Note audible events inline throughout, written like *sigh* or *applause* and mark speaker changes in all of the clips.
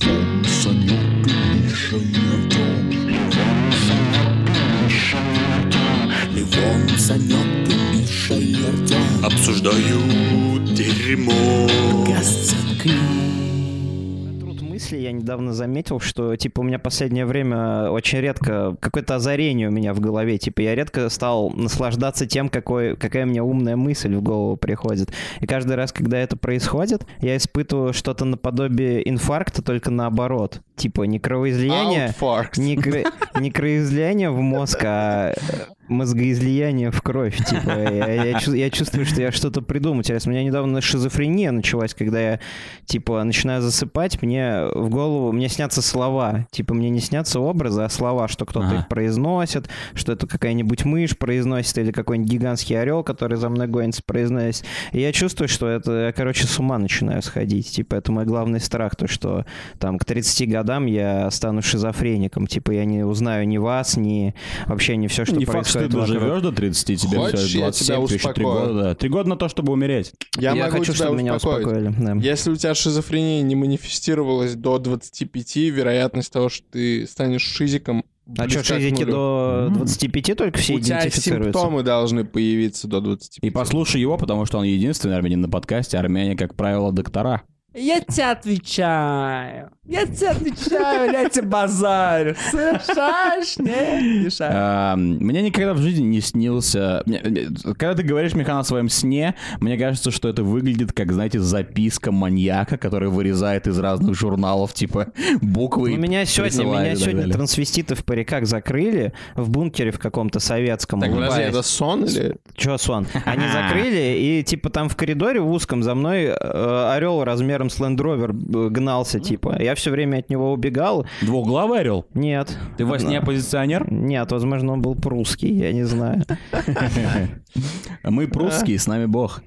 Speaker 1: Левон, Санек и Миша Евдом. Левон, Санек и Миша Евдом.
Speaker 2: Обсуждают дерьмо.
Speaker 3: Труд мысли я недавно заметил, что, типа, у меня последнее время очень редко какое-то озарение у меня в голове. Типа, я редко стал наслаждаться тем, какой, какая мне умная мысль в голову приходит. И каждый раз, когда это происходит, я испытываю что-то наподобие инфаркта, только наоборот. Типа, не кровоизлияние...
Speaker 4: Outfarks.
Speaker 3: Не, кро- не кровоизлияние в мозг, а мозгоизлияние в кровь. Типа, я, я чу- я чувствую, что я что-то придумал. Интересно, у меня недавно шизофрения началась, когда я, типа, начинаю засыпать, мне в голову, мне снятся слова. Типа, мне не снятся образы, а слова, что кто-то
Speaker 4: Ага.
Speaker 3: их произносит, что это какая-нибудь мышь произносит или какой-нибудь гигантский орел, который за мной гонится, произносит. И я чувствую, что это, я, короче, с ума начинаю сходить. Типа, это мой главный страх, то, что там к 30 годам я стану шизофреником. Типа, я не узнаю ни вас, ни вообще ни все, что
Speaker 5: Ну, Не факт, что ты
Speaker 3: происходит вокруг.
Speaker 5: доживешь до 30, тебе
Speaker 4: Хочешь,
Speaker 5: всё,
Speaker 4: я
Speaker 5: 27,
Speaker 4: тебя
Speaker 5: ты еще 3
Speaker 4: успокою?
Speaker 5: года. да. Три года на то, чтобы умереть.
Speaker 4: Я, могу
Speaker 3: хочу,
Speaker 4: тебя
Speaker 3: чтобы меня
Speaker 4: успокоить.
Speaker 3: успокоили. да.
Speaker 4: Если у тебя шизофрения не манифестировалась до 25, вероятность того, что ты станешь шизиком,
Speaker 3: А
Speaker 4: близка
Speaker 3: что,
Speaker 4: к
Speaker 3: шизики
Speaker 4: нулю.
Speaker 3: до 25 только все
Speaker 4: У тебя
Speaker 3: идентифицируются?
Speaker 4: симптомы должны появиться до 25.
Speaker 5: И послушай его, потому что он единственный армянин на подкасте. Армяне, как правило, доктора.
Speaker 6: Я тебе отвечаю. Я тебе отвечаю, я тебе базарю. Слышишь? Не, не шарю.
Speaker 5: А, Мне никогда в жизни не снился... мне- мне- Когда ты говоришь, Михан, о своем сне, мне кажется, что это выглядит как, знаете, записка маньяка, который вырезает из разных журналов, типа, буквы.
Speaker 3: У
Speaker 5: и
Speaker 3: Ну, меня сегодня,
Speaker 5: присылает и
Speaker 3: меня
Speaker 5: так
Speaker 3: сегодня
Speaker 5: далее.
Speaker 3: трансвеститы в париках закрыли в бункере в каком-то советском.
Speaker 4: Так, подожди,
Speaker 3: улыбаясь.
Speaker 4: это сон или...
Speaker 3: Чё,
Speaker 5: *laughs*
Speaker 3: Сон? Они закрыли, и типа там в коридоре в узком за мной э, орел размером с лендровер гнался, типа. Я все время от него убегал.
Speaker 5: Двуглавый орел?
Speaker 3: Нет.
Speaker 5: Ты во сне
Speaker 3: Да. *laughs*
Speaker 5: оппозиционер?
Speaker 3: Нет, возможно, он был прусский, я не знаю.
Speaker 5: Мы прусские, с нами бог.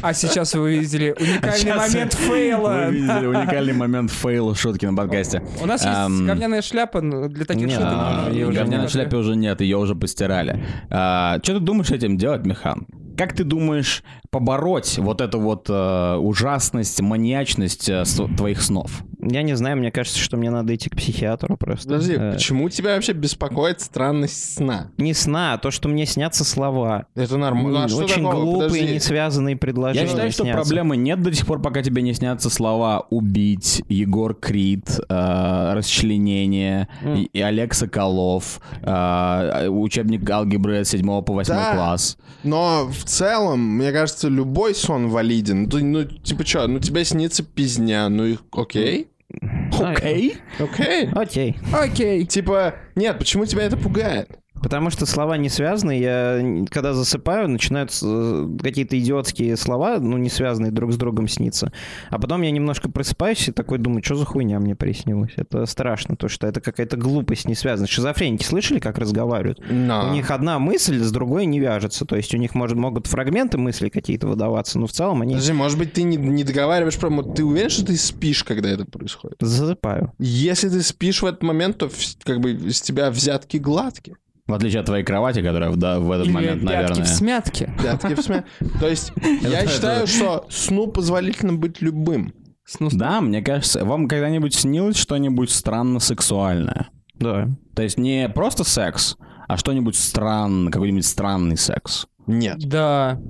Speaker 6: А сейчас вы увидели уникальный
Speaker 5: А Сейчас
Speaker 6: момент фейла.
Speaker 5: Вы видели уникальный момент фейла шутки на подкасте.
Speaker 6: У нас есть
Speaker 5: Ам.
Speaker 6: говняная шляпа но для таких
Speaker 3: Нет,
Speaker 6: шуток.
Speaker 5: А,
Speaker 3: а,
Speaker 6: Её уже
Speaker 5: Говня на
Speaker 6: нет.
Speaker 5: шляпе уже нет, ее уже постирали. А, что ты думаешь этим делать, Михан? Как ты думаешь побороть вот эту вот э, ужасность, маньячность э, с- твоих снов?
Speaker 3: Я не знаю, мне кажется, что мне надо идти к психиатру просто.
Speaker 4: Подожди,
Speaker 3: Э,
Speaker 4: почему тебя вообще беспокоит странность сна?
Speaker 3: Не сна, а то, что мне снятся слова.
Speaker 4: Это нормально. Ну, а что
Speaker 3: Очень
Speaker 4: такого?
Speaker 3: глупые,
Speaker 4: Подожди.
Speaker 3: не связанные предложения.
Speaker 5: Я считаю, что
Speaker 3: снятся.
Speaker 5: проблемы нет до тех пор, пока тебе не снятся слова «убить», «Егор Крид», э, «расчленение», и- и «Олег Соколов», э, «Учебник алгебры с 7 по 8
Speaker 4: Да.
Speaker 5: класс».
Speaker 4: Но в целом, мне кажется, любой сон валиден. Ты, ну, типа что, ну тебе снится пизня, ну и окей?
Speaker 3: А,
Speaker 5: Окей?
Speaker 4: Окей.
Speaker 3: Окей.
Speaker 6: Окей.
Speaker 4: Типа, нет, почему тебя это пугает?
Speaker 3: Потому что слова не связаны. Я, н- когда засыпаю, начинают э, какие-то идиотские слова, ну, не связанные друг с другом сниться. А потом я немножко просыпаюсь и такой думаю, что за хуйня мне приснилась. Это страшно, то что это какая-то глупость не связана. Шизофреники слышали, как разговаривают?
Speaker 4: На.
Speaker 5: А.
Speaker 3: У них одна мысль с другой не вяжется. То есть у них может, могут фрагменты мыслей какие-то выдаваться, но в целом они...
Speaker 4: Подожди, может быть, ты не, не договариваешь прямо. Ты уверен, что ты спишь, когда это происходит?
Speaker 3: Засыпаю.
Speaker 4: Если ты спишь в этот момент, то вс- как бы с тебя взятки гладкие.
Speaker 5: В отличие от твоей кровати, которая в, да, в этот момент,
Speaker 6: пятки
Speaker 5: наверное...
Speaker 6: в смятке.
Speaker 4: Взятки в смя- То есть я считаю, что сну позволительно быть любым.
Speaker 6: Сну-
Speaker 5: Да, мне кажется, вам когда-нибудь снилось что-нибудь странно сексуальное?
Speaker 3: Да.
Speaker 5: То есть не просто секс, а что-нибудь странное, какой-нибудь странный секс.
Speaker 4: Нет.
Speaker 6: Да.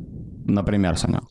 Speaker 5: Например, Саня.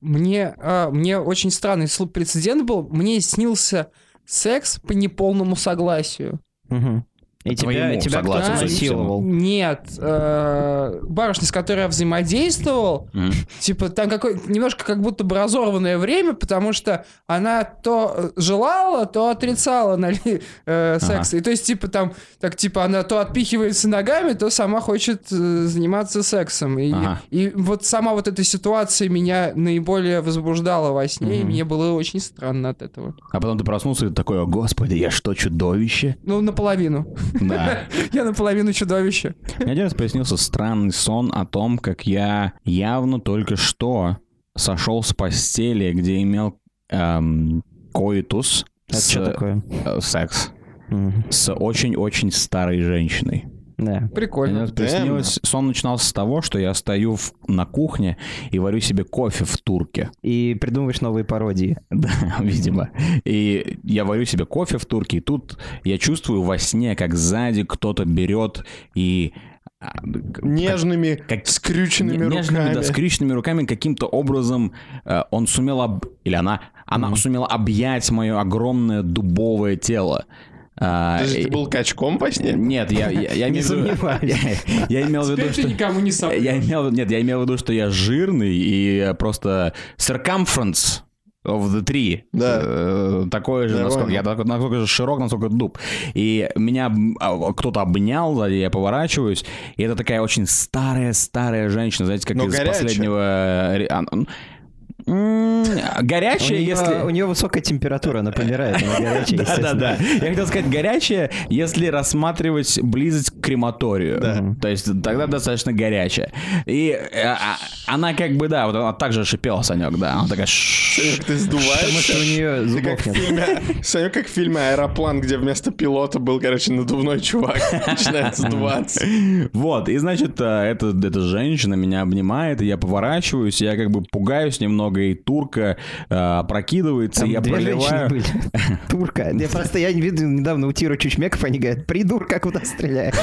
Speaker 6: Мне, а, мне очень странный сл- прецедент был. Мне снился секс по неполному согласию.
Speaker 3: Мгм. И тебя,
Speaker 5: твоему
Speaker 3: тебя
Speaker 5: согласию,
Speaker 3: кто-то
Speaker 6: судя по всему.
Speaker 3: насиловал.
Speaker 6: Нет, э, барышня, с которой я взаимодействовал,
Speaker 5: Мгм.
Speaker 6: типа там какое немножко как будто бы разорванное время, потому что она то э, желала, то отрицала нали, э, секс. И то есть типа там так типа она то отпихивается ногами, то сама хочет э, заниматься сексом. И,
Speaker 5: Ага.
Speaker 6: и вот сама вот эта ситуация меня наиболее возбуждала во сне, и
Speaker 3: Мгм.
Speaker 6: мне было очень странно от этого.
Speaker 5: А потом ты проснулся и такой, о господи, я что, чудовище?
Speaker 6: Ну наполовину.
Speaker 5: Да.
Speaker 6: *laughs* Я наполовину чудовище.
Speaker 5: Мне один раз приснился странный сон о том, как я явно только что сошел с постели, где имел эм, коитус,
Speaker 3: Это
Speaker 5: с-
Speaker 3: что такое?
Speaker 5: э, секс,
Speaker 3: Мгм.
Speaker 5: с очень-очень старой женщиной.
Speaker 3: Да.
Speaker 5: Мне
Speaker 6: Прикольно.
Speaker 5: вот приснилось, сон начинался с того, что я стою в- на кухне и варю себе кофе в турке. *laughs*
Speaker 3: И придумываешь новые пародии.
Speaker 5: Да, видимо. И я варю себе кофе в турке, и тут я чувствую во сне, как сзади кто-то берет и... а, к-
Speaker 4: Нежными,
Speaker 5: как-
Speaker 4: скрюченными
Speaker 5: не- нежными,
Speaker 4: руками.
Speaker 5: да, скрюченными руками каким-то образом э, он сумел об... или она, она сумела объять мое огромное дубовое тело. А,
Speaker 4: Подожди,
Speaker 5: и-
Speaker 4: ты был качком во сне?
Speaker 5: Нет, я, я, я
Speaker 3: Не
Speaker 5: имею в виду-
Speaker 3: сомневаюсь.
Speaker 5: я имел в виду,
Speaker 6: Теперь ты
Speaker 5: что...
Speaker 6: никому не сам.
Speaker 5: Я имел, нет, я имел в виду, что я жирный и э, просто circumference of the tree.
Speaker 4: Да.
Speaker 5: Э, такой же,
Speaker 4: Я
Speaker 5: насколько,
Speaker 4: понял.
Speaker 5: я так- насколько же широк, насколько дуб. И меня м, а, кто-то обнял, сзади, я поворачиваюсь, и это такая очень старая-старая женщина, знаете, как
Speaker 4: Но
Speaker 5: из
Speaker 4: горячая.
Speaker 5: последнего... ре- а, м, м,
Speaker 3: У
Speaker 5: Горячая, если...
Speaker 3: нее, у нее высокая температура, она помирает. Она *laughs* горячая,
Speaker 5: Да, да,
Speaker 3: естественно.
Speaker 5: да. Я хотел сказать горячее, если рассматривать близость к крематорию. То есть тогда достаточно горячее. И э, а- она как бы, да, вот она также шипела, Санек, да. Она такая... «Шш».
Speaker 3: Потому что
Speaker 4: Ты
Speaker 3: у
Speaker 4: *laughs* сдуваешься.
Speaker 3: нее
Speaker 4: Ты как
Speaker 3: зубов
Speaker 4: в
Speaker 3: нет.
Speaker 4: фильме, Саня, как в фильме «Аэроплан», где вместо пилота был, короче, надувной чувак, *laughs* начинает сдуваться.
Speaker 5: *laughs* Вот, и значит, э, эта, эта женщина меня обнимает, и я поворачиваюсь, и я как бы пугаюсь немного, и турка э, прокидывается,
Speaker 3: Там
Speaker 5: и я
Speaker 3: две женщины *laughs*
Speaker 5: проливаю...
Speaker 3: были. Турка. Я просто я видел недавно у Тира Чучмеков, они говорят, придурка, куда стреляешь?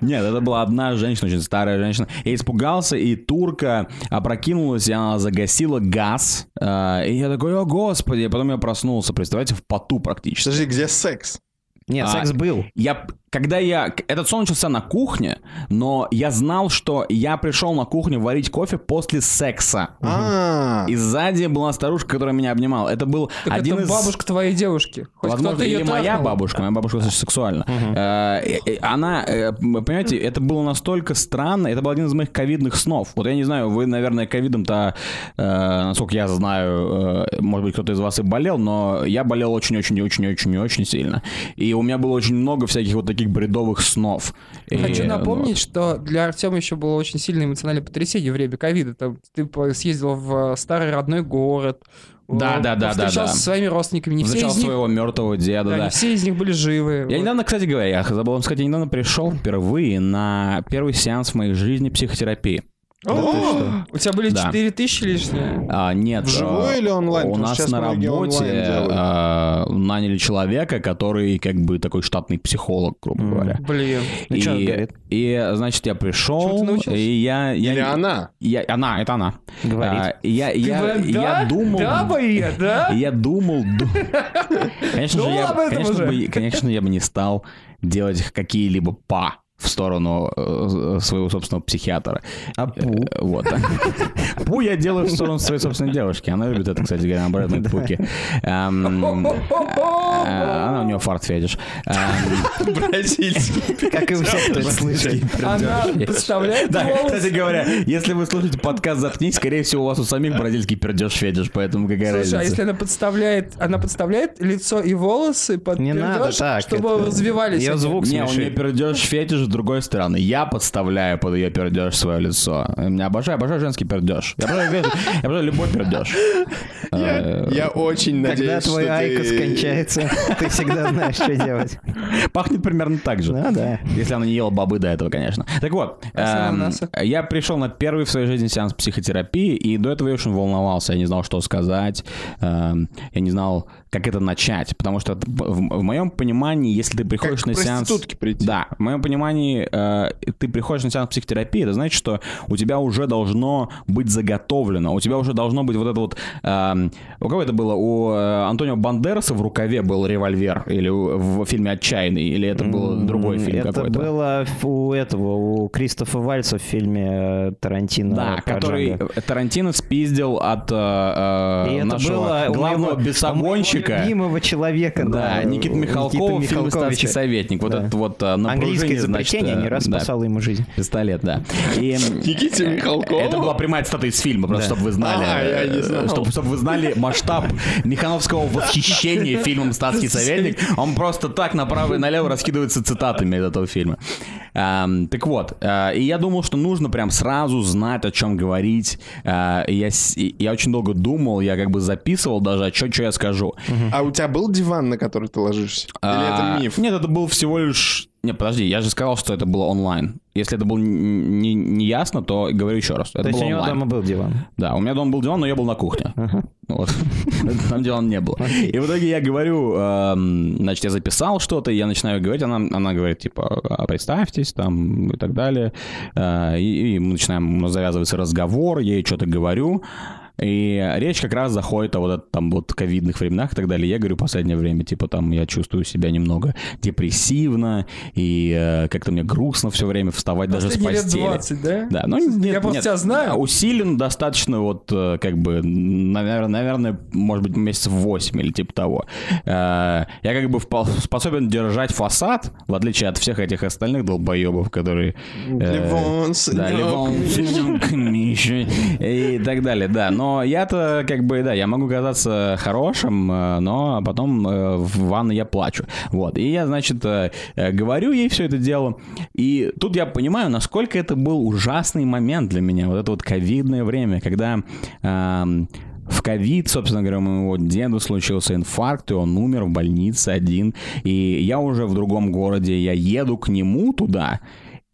Speaker 5: Нет, это была одна женщина, очень старая женщина. Я испугался, и турка опрокинулась, и она загасила газ. Э, И я такой, о господи, И потом я проснулся, представляете, в поту практически.
Speaker 4: Подожди, где секс?
Speaker 3: *laughs* Нет,
Speaker 5: А,
Speaker 3: секс был.
Speaker 5: Я, когда я, этот сон начался на кухне, но я знал, что я пришел на кухню варить кофе после секса.
Speaker 4: А,
Speaker 5: И сзади была старушка, которая меня обнимала. Это был
Speaker 6: Так
Speaker 5: один
Speaker 6: это
Speaker 5: из...
Speaker 6: бабушка твоей девушки. Хоть
Speaker 5: Возможно,
Speaker 6: кто-то
Speaker 5: или
Speaker 6: ее
Speaker 5: моя
Speaker 6: трахнул.
Speaker 5: бабушка, моя бабушка очень сексуальна. Э, э, э, Она, э, м, понимаете, это было настолько странно, это был один из моих ковидных снов. Вот я не знаю, вы, наверное, ковидом-то, э, насколько я знаю, э, может быть, кто-то из вас и болел, но я болел очень-очень-очень-очень-очень сильно. И у меня было очень много всяких вот таких бредовых снов. И,
Speaker 6: Хочу
Speaker 5: э,
Speaker 6: напомнить, что для Артема еще было очень сильное эмоциональное потрясение в время ковида. Там ты по- съездил в э, старый родной город.
Speaker 5: Да,
Speaker 6: э,
Speaker 5: да, да, да,
Speaker 6: повстречался
Speaker 5: да.
Speaker 6: со своими родственниками. Не
Speaker 5: вот,
Speaker 6: все,
Speaker 5: Встречал
Speaker 6: из них,
Speaker 5: ну, своего мертвого деда,
Speaker 6: да,
Speaker 5: да.
Speaker 6: не все из них были живы.
Speaker 5: Я
Speaker 6: Вот.
Speaker 5: недавно, кстати говоря, я забыл вам сказать, я недавно пришел впервые на первый сеанс в моей жизни психотерапии.
Speaker 4: О,
Speaker 6: У тебя были
Speaker 5: Да.
Speaker 6: 4 тысячи лишние.
Speaker 5: А, нет.
Speaker 4: Вживую
Speaker 5: а,
Speaker 4: или онлайн?
Speaker 5: У
Speaker 4: Потому что
Speaker 5: нас
Speaker 4: сейчас
Speaker 5: на
Speaker 4: многие
Speaker 5: работе э,
Speaker 4: онлайн делают.
Speaker 5: а, наняли человека, который как бы такой штатный психолог, грубо говоря.
Speaker 6: Блин.
Speaker 3: Ну, чё он
Speaker 5: И,
Speaker 3: говорит?
Speaker 5: и, значит, я
Speaker 6: Чему ты
Speaker 5: пришел,
Speaker 6: научился?
Speaker 5: и я... я
Speaker 4: Или она?
Speaker 5: я- она, это она.
Speaker 3: Говорит.
Speaker 5: А, и я, я,
Speaker 6: Ты бы-
Speaker 5: я
Speaker 6: да?
Speaker 5: думал...
Speaker 6: Да,
Speaker 5: *laughs*
Speaker 6: Мария, да?
Speaker 5: и я думал... ду- Конечно, же,
Speaker 6: Думал
Speaker 5: я,
Speaker 6: об этом
Speaker 5: конечно,
Speaker 6: уже?
Speaker 5: бы, конечно, я бы не стал делать какие-либо па в сторону э, своего собственного психиатра.
Speaker 3: А пу?
Speaker 5: Э, Вот. Пу я делаю в сторону своей собственной девушки. Она любит это, кстати говоря, обратные пуки. Эм, э, Она у нее фарт фетиш. Эм,
Speaker 4: Бразильский.
Speaker 3: А, Как и у всех, кто это слышит.
Speaker 6: Она
Speaker 5: *laughs*
Speaker 6: представляет
Speaker 5: Да,
Speaker 6: волосы.
Speaker 5: кстати говоря, если вы слушаете подкаст «Заткнись», скорее всего, у вас у самих бразильский пердеж фетиш, поэтому какая
Speaker 6: Слушай, а если
Speaker 5: разница.
Speaker 6: она подставляет, она подставляет лицо и волосы под
Speaker 3: Не
Speaker 6: пердёж,
Speaker 3: надо так.
Speaker 6: чтобы
Speaker 3: это-
Speaker 6: развивались.
Speaker 3: Я
Speaker 6: они?
Speaker 3: звук
Speaker 5: Не, у нее
Speaker 3: смешит.
Speaker 5: пердеж фетиш с другой стороны. Я подставляю под ее пердеж свое лицо. Я обожаю, обожаю женский пердеж. Я обожаю, я обожаю любой
Speaker 3: *laughs*
Speaker 5: пердеж. Э,
Speaker 4: Я я очень
Speaker 3: Когда
Speaker 4: надеюсь, что
Speaker 3: твоя айка
Speaker 4: ты-
Speaker 3: скончается, *laughs* ты всегда знаешь, что делать.
Speaker 5: Э, Пахнет примерно так же.
Speaker 3: Да, да.
Speaker 5: Если она не ела бобы до этого, конечно. Так вот,
Speaker 6: А
Speaker 5: эм,
Speaker 6: с ананаса?
Speaker 5: я пришел на первый в своей жизни сеанс психотерапии, и до этого я очень волновался. Я не знал, что сказать. эм, Я не знал, как это начать. Потому что в- в моем понимании, если ты приходишь
Speaker 4: к
Speaker 5: на сеанс...
Speaker 4: проститутке прийти.
Speaker 5: Да, в моем понимании, э, ты приходишь на сеанс психотерапии, это значит, что у тебя уже должно быть заготовлено, у тебя уже должно быть вот это вот... эм, у кого это было? У э, Антонио Бандераса в рукаве был револьвер, или у- в фильме «Отчаянный», или это был другой
Speaker 3: М,
Speaker 5: фильм
Speaker 3: Это
Speaker 5: какой-то?
Speaker 3: было у этого, у Кристофа Вальца в фильме э, Тарантино.
Speaker 5: Да,
Speaker 3: про
Speaker 5: который
Speaker 3: Джанго.
Speaker 5: Тарантино спиздил от
Speaker 3: И
Speaker 5: э, э,
Speaker 3: это было
Speaker 5: нашего
Speaker 3: у
Speaker 5: главного
Speaker 3: моего- у моего
Speaker 5: бесогонщика.
Speaker 3: любимого человека. э,
Speaker 5: Да, Никита Михалков, фильм «Статский советник». Вот
Speaker 3: Да.
Speaker 5: этот вот э, на
Speaker 3: Английское
Speaker 5: пружине, значит,
Speaker 3: изобретение
Speaker 5: э,
Speaker 3: не раз
Speaker 5: да,
Speaker 3: спасало ему жизнь.
Speaker 5: Пистолет, да. И, м,
Speaker 4: Никите Михалкову?
Speaker 5: Э, Это была прямая цитата из фильма, просто чтобы вы знали,
Speaker 4: А, я не
Speaker 5: э,
Speaker 4: знал.
Speaker 5: чтобы, чтобы вы знали масштаб Михановского восхищения фильмом «Статский советник». Он просто так направо и налево раскидывается цитатами из этого фильма. Эм, так вот, э, и я думал, что нужно прям сразу знать, о чем говорить. Э, и я, с- и я очень долго думал, я как бы записывал даже, а что я скажу.
Speaker 4: А у тебя был диван, на который ты ложишься? Или
Speaker 5: А,
Speaker 4: это миф?
Speaker 5: Нет, это был всего лишь Не, подожди, я же сказал, что это было онлайн. Если это было н- не, не ясно, то говорю еще раз. Это
Speaker 3: То есть
Speaker 5: было
Speaker 3: у него
Speaker 5: онлайн.
Speaker 3: дома был диван.
Speaker 5: Да, у меня дома был диван, но я был на кухне. Вот. *laughs* Там диван не было. И в итоге я говорю, эм, значит, я записал что-то, я начинаю говорить, она, она говорит, типа, «А, представьтесь, там, и так далее. Э, И, и мы начинаем, у нас завязывается разговор, я ей что-то говорю. И речь как раз заходит о вот это, там вот ковидных временах и так далее. Я говорю, последнее время, типа, там я чувствую себя немного депрессивно, и э, как-то мне грустно все время вставать даже с
Speaker 6: Последние лет
Speaker 5: постели.
Speaker 6: 20, да?
Speaker 5: Да, ну нет,
Speaker 6: Я просто
Speaker 5: нет.
Speaker 6: тебя знаю.
Speaker 5: А Усилен достаточно вот э, как бы, наверное, наверное, может быть, месяцев 8 или типа того. Э, Я как бы впол- способен держать фасад, в отличие от всех этих остальных долбоебов, которые... э,
Speaker 4: Ливон, сынок.
Speaker 5: да, Ливон, сынок, Миша, и так далее, да. Но я-то как бы, да, я могу казаться хорошим, э, но потом э, в ванной я плачу. Вот, и я, значит, э, э, говорю ей все это дело, и тут я понимаю, насколько это был ужасный момент для меня, вот это вот ковидное время, когда... эм, в ковид, собственно говоря, у моего деда случился инфаркт, и он умер в больнице один. И я уже в другом городе, я еду к нему туда,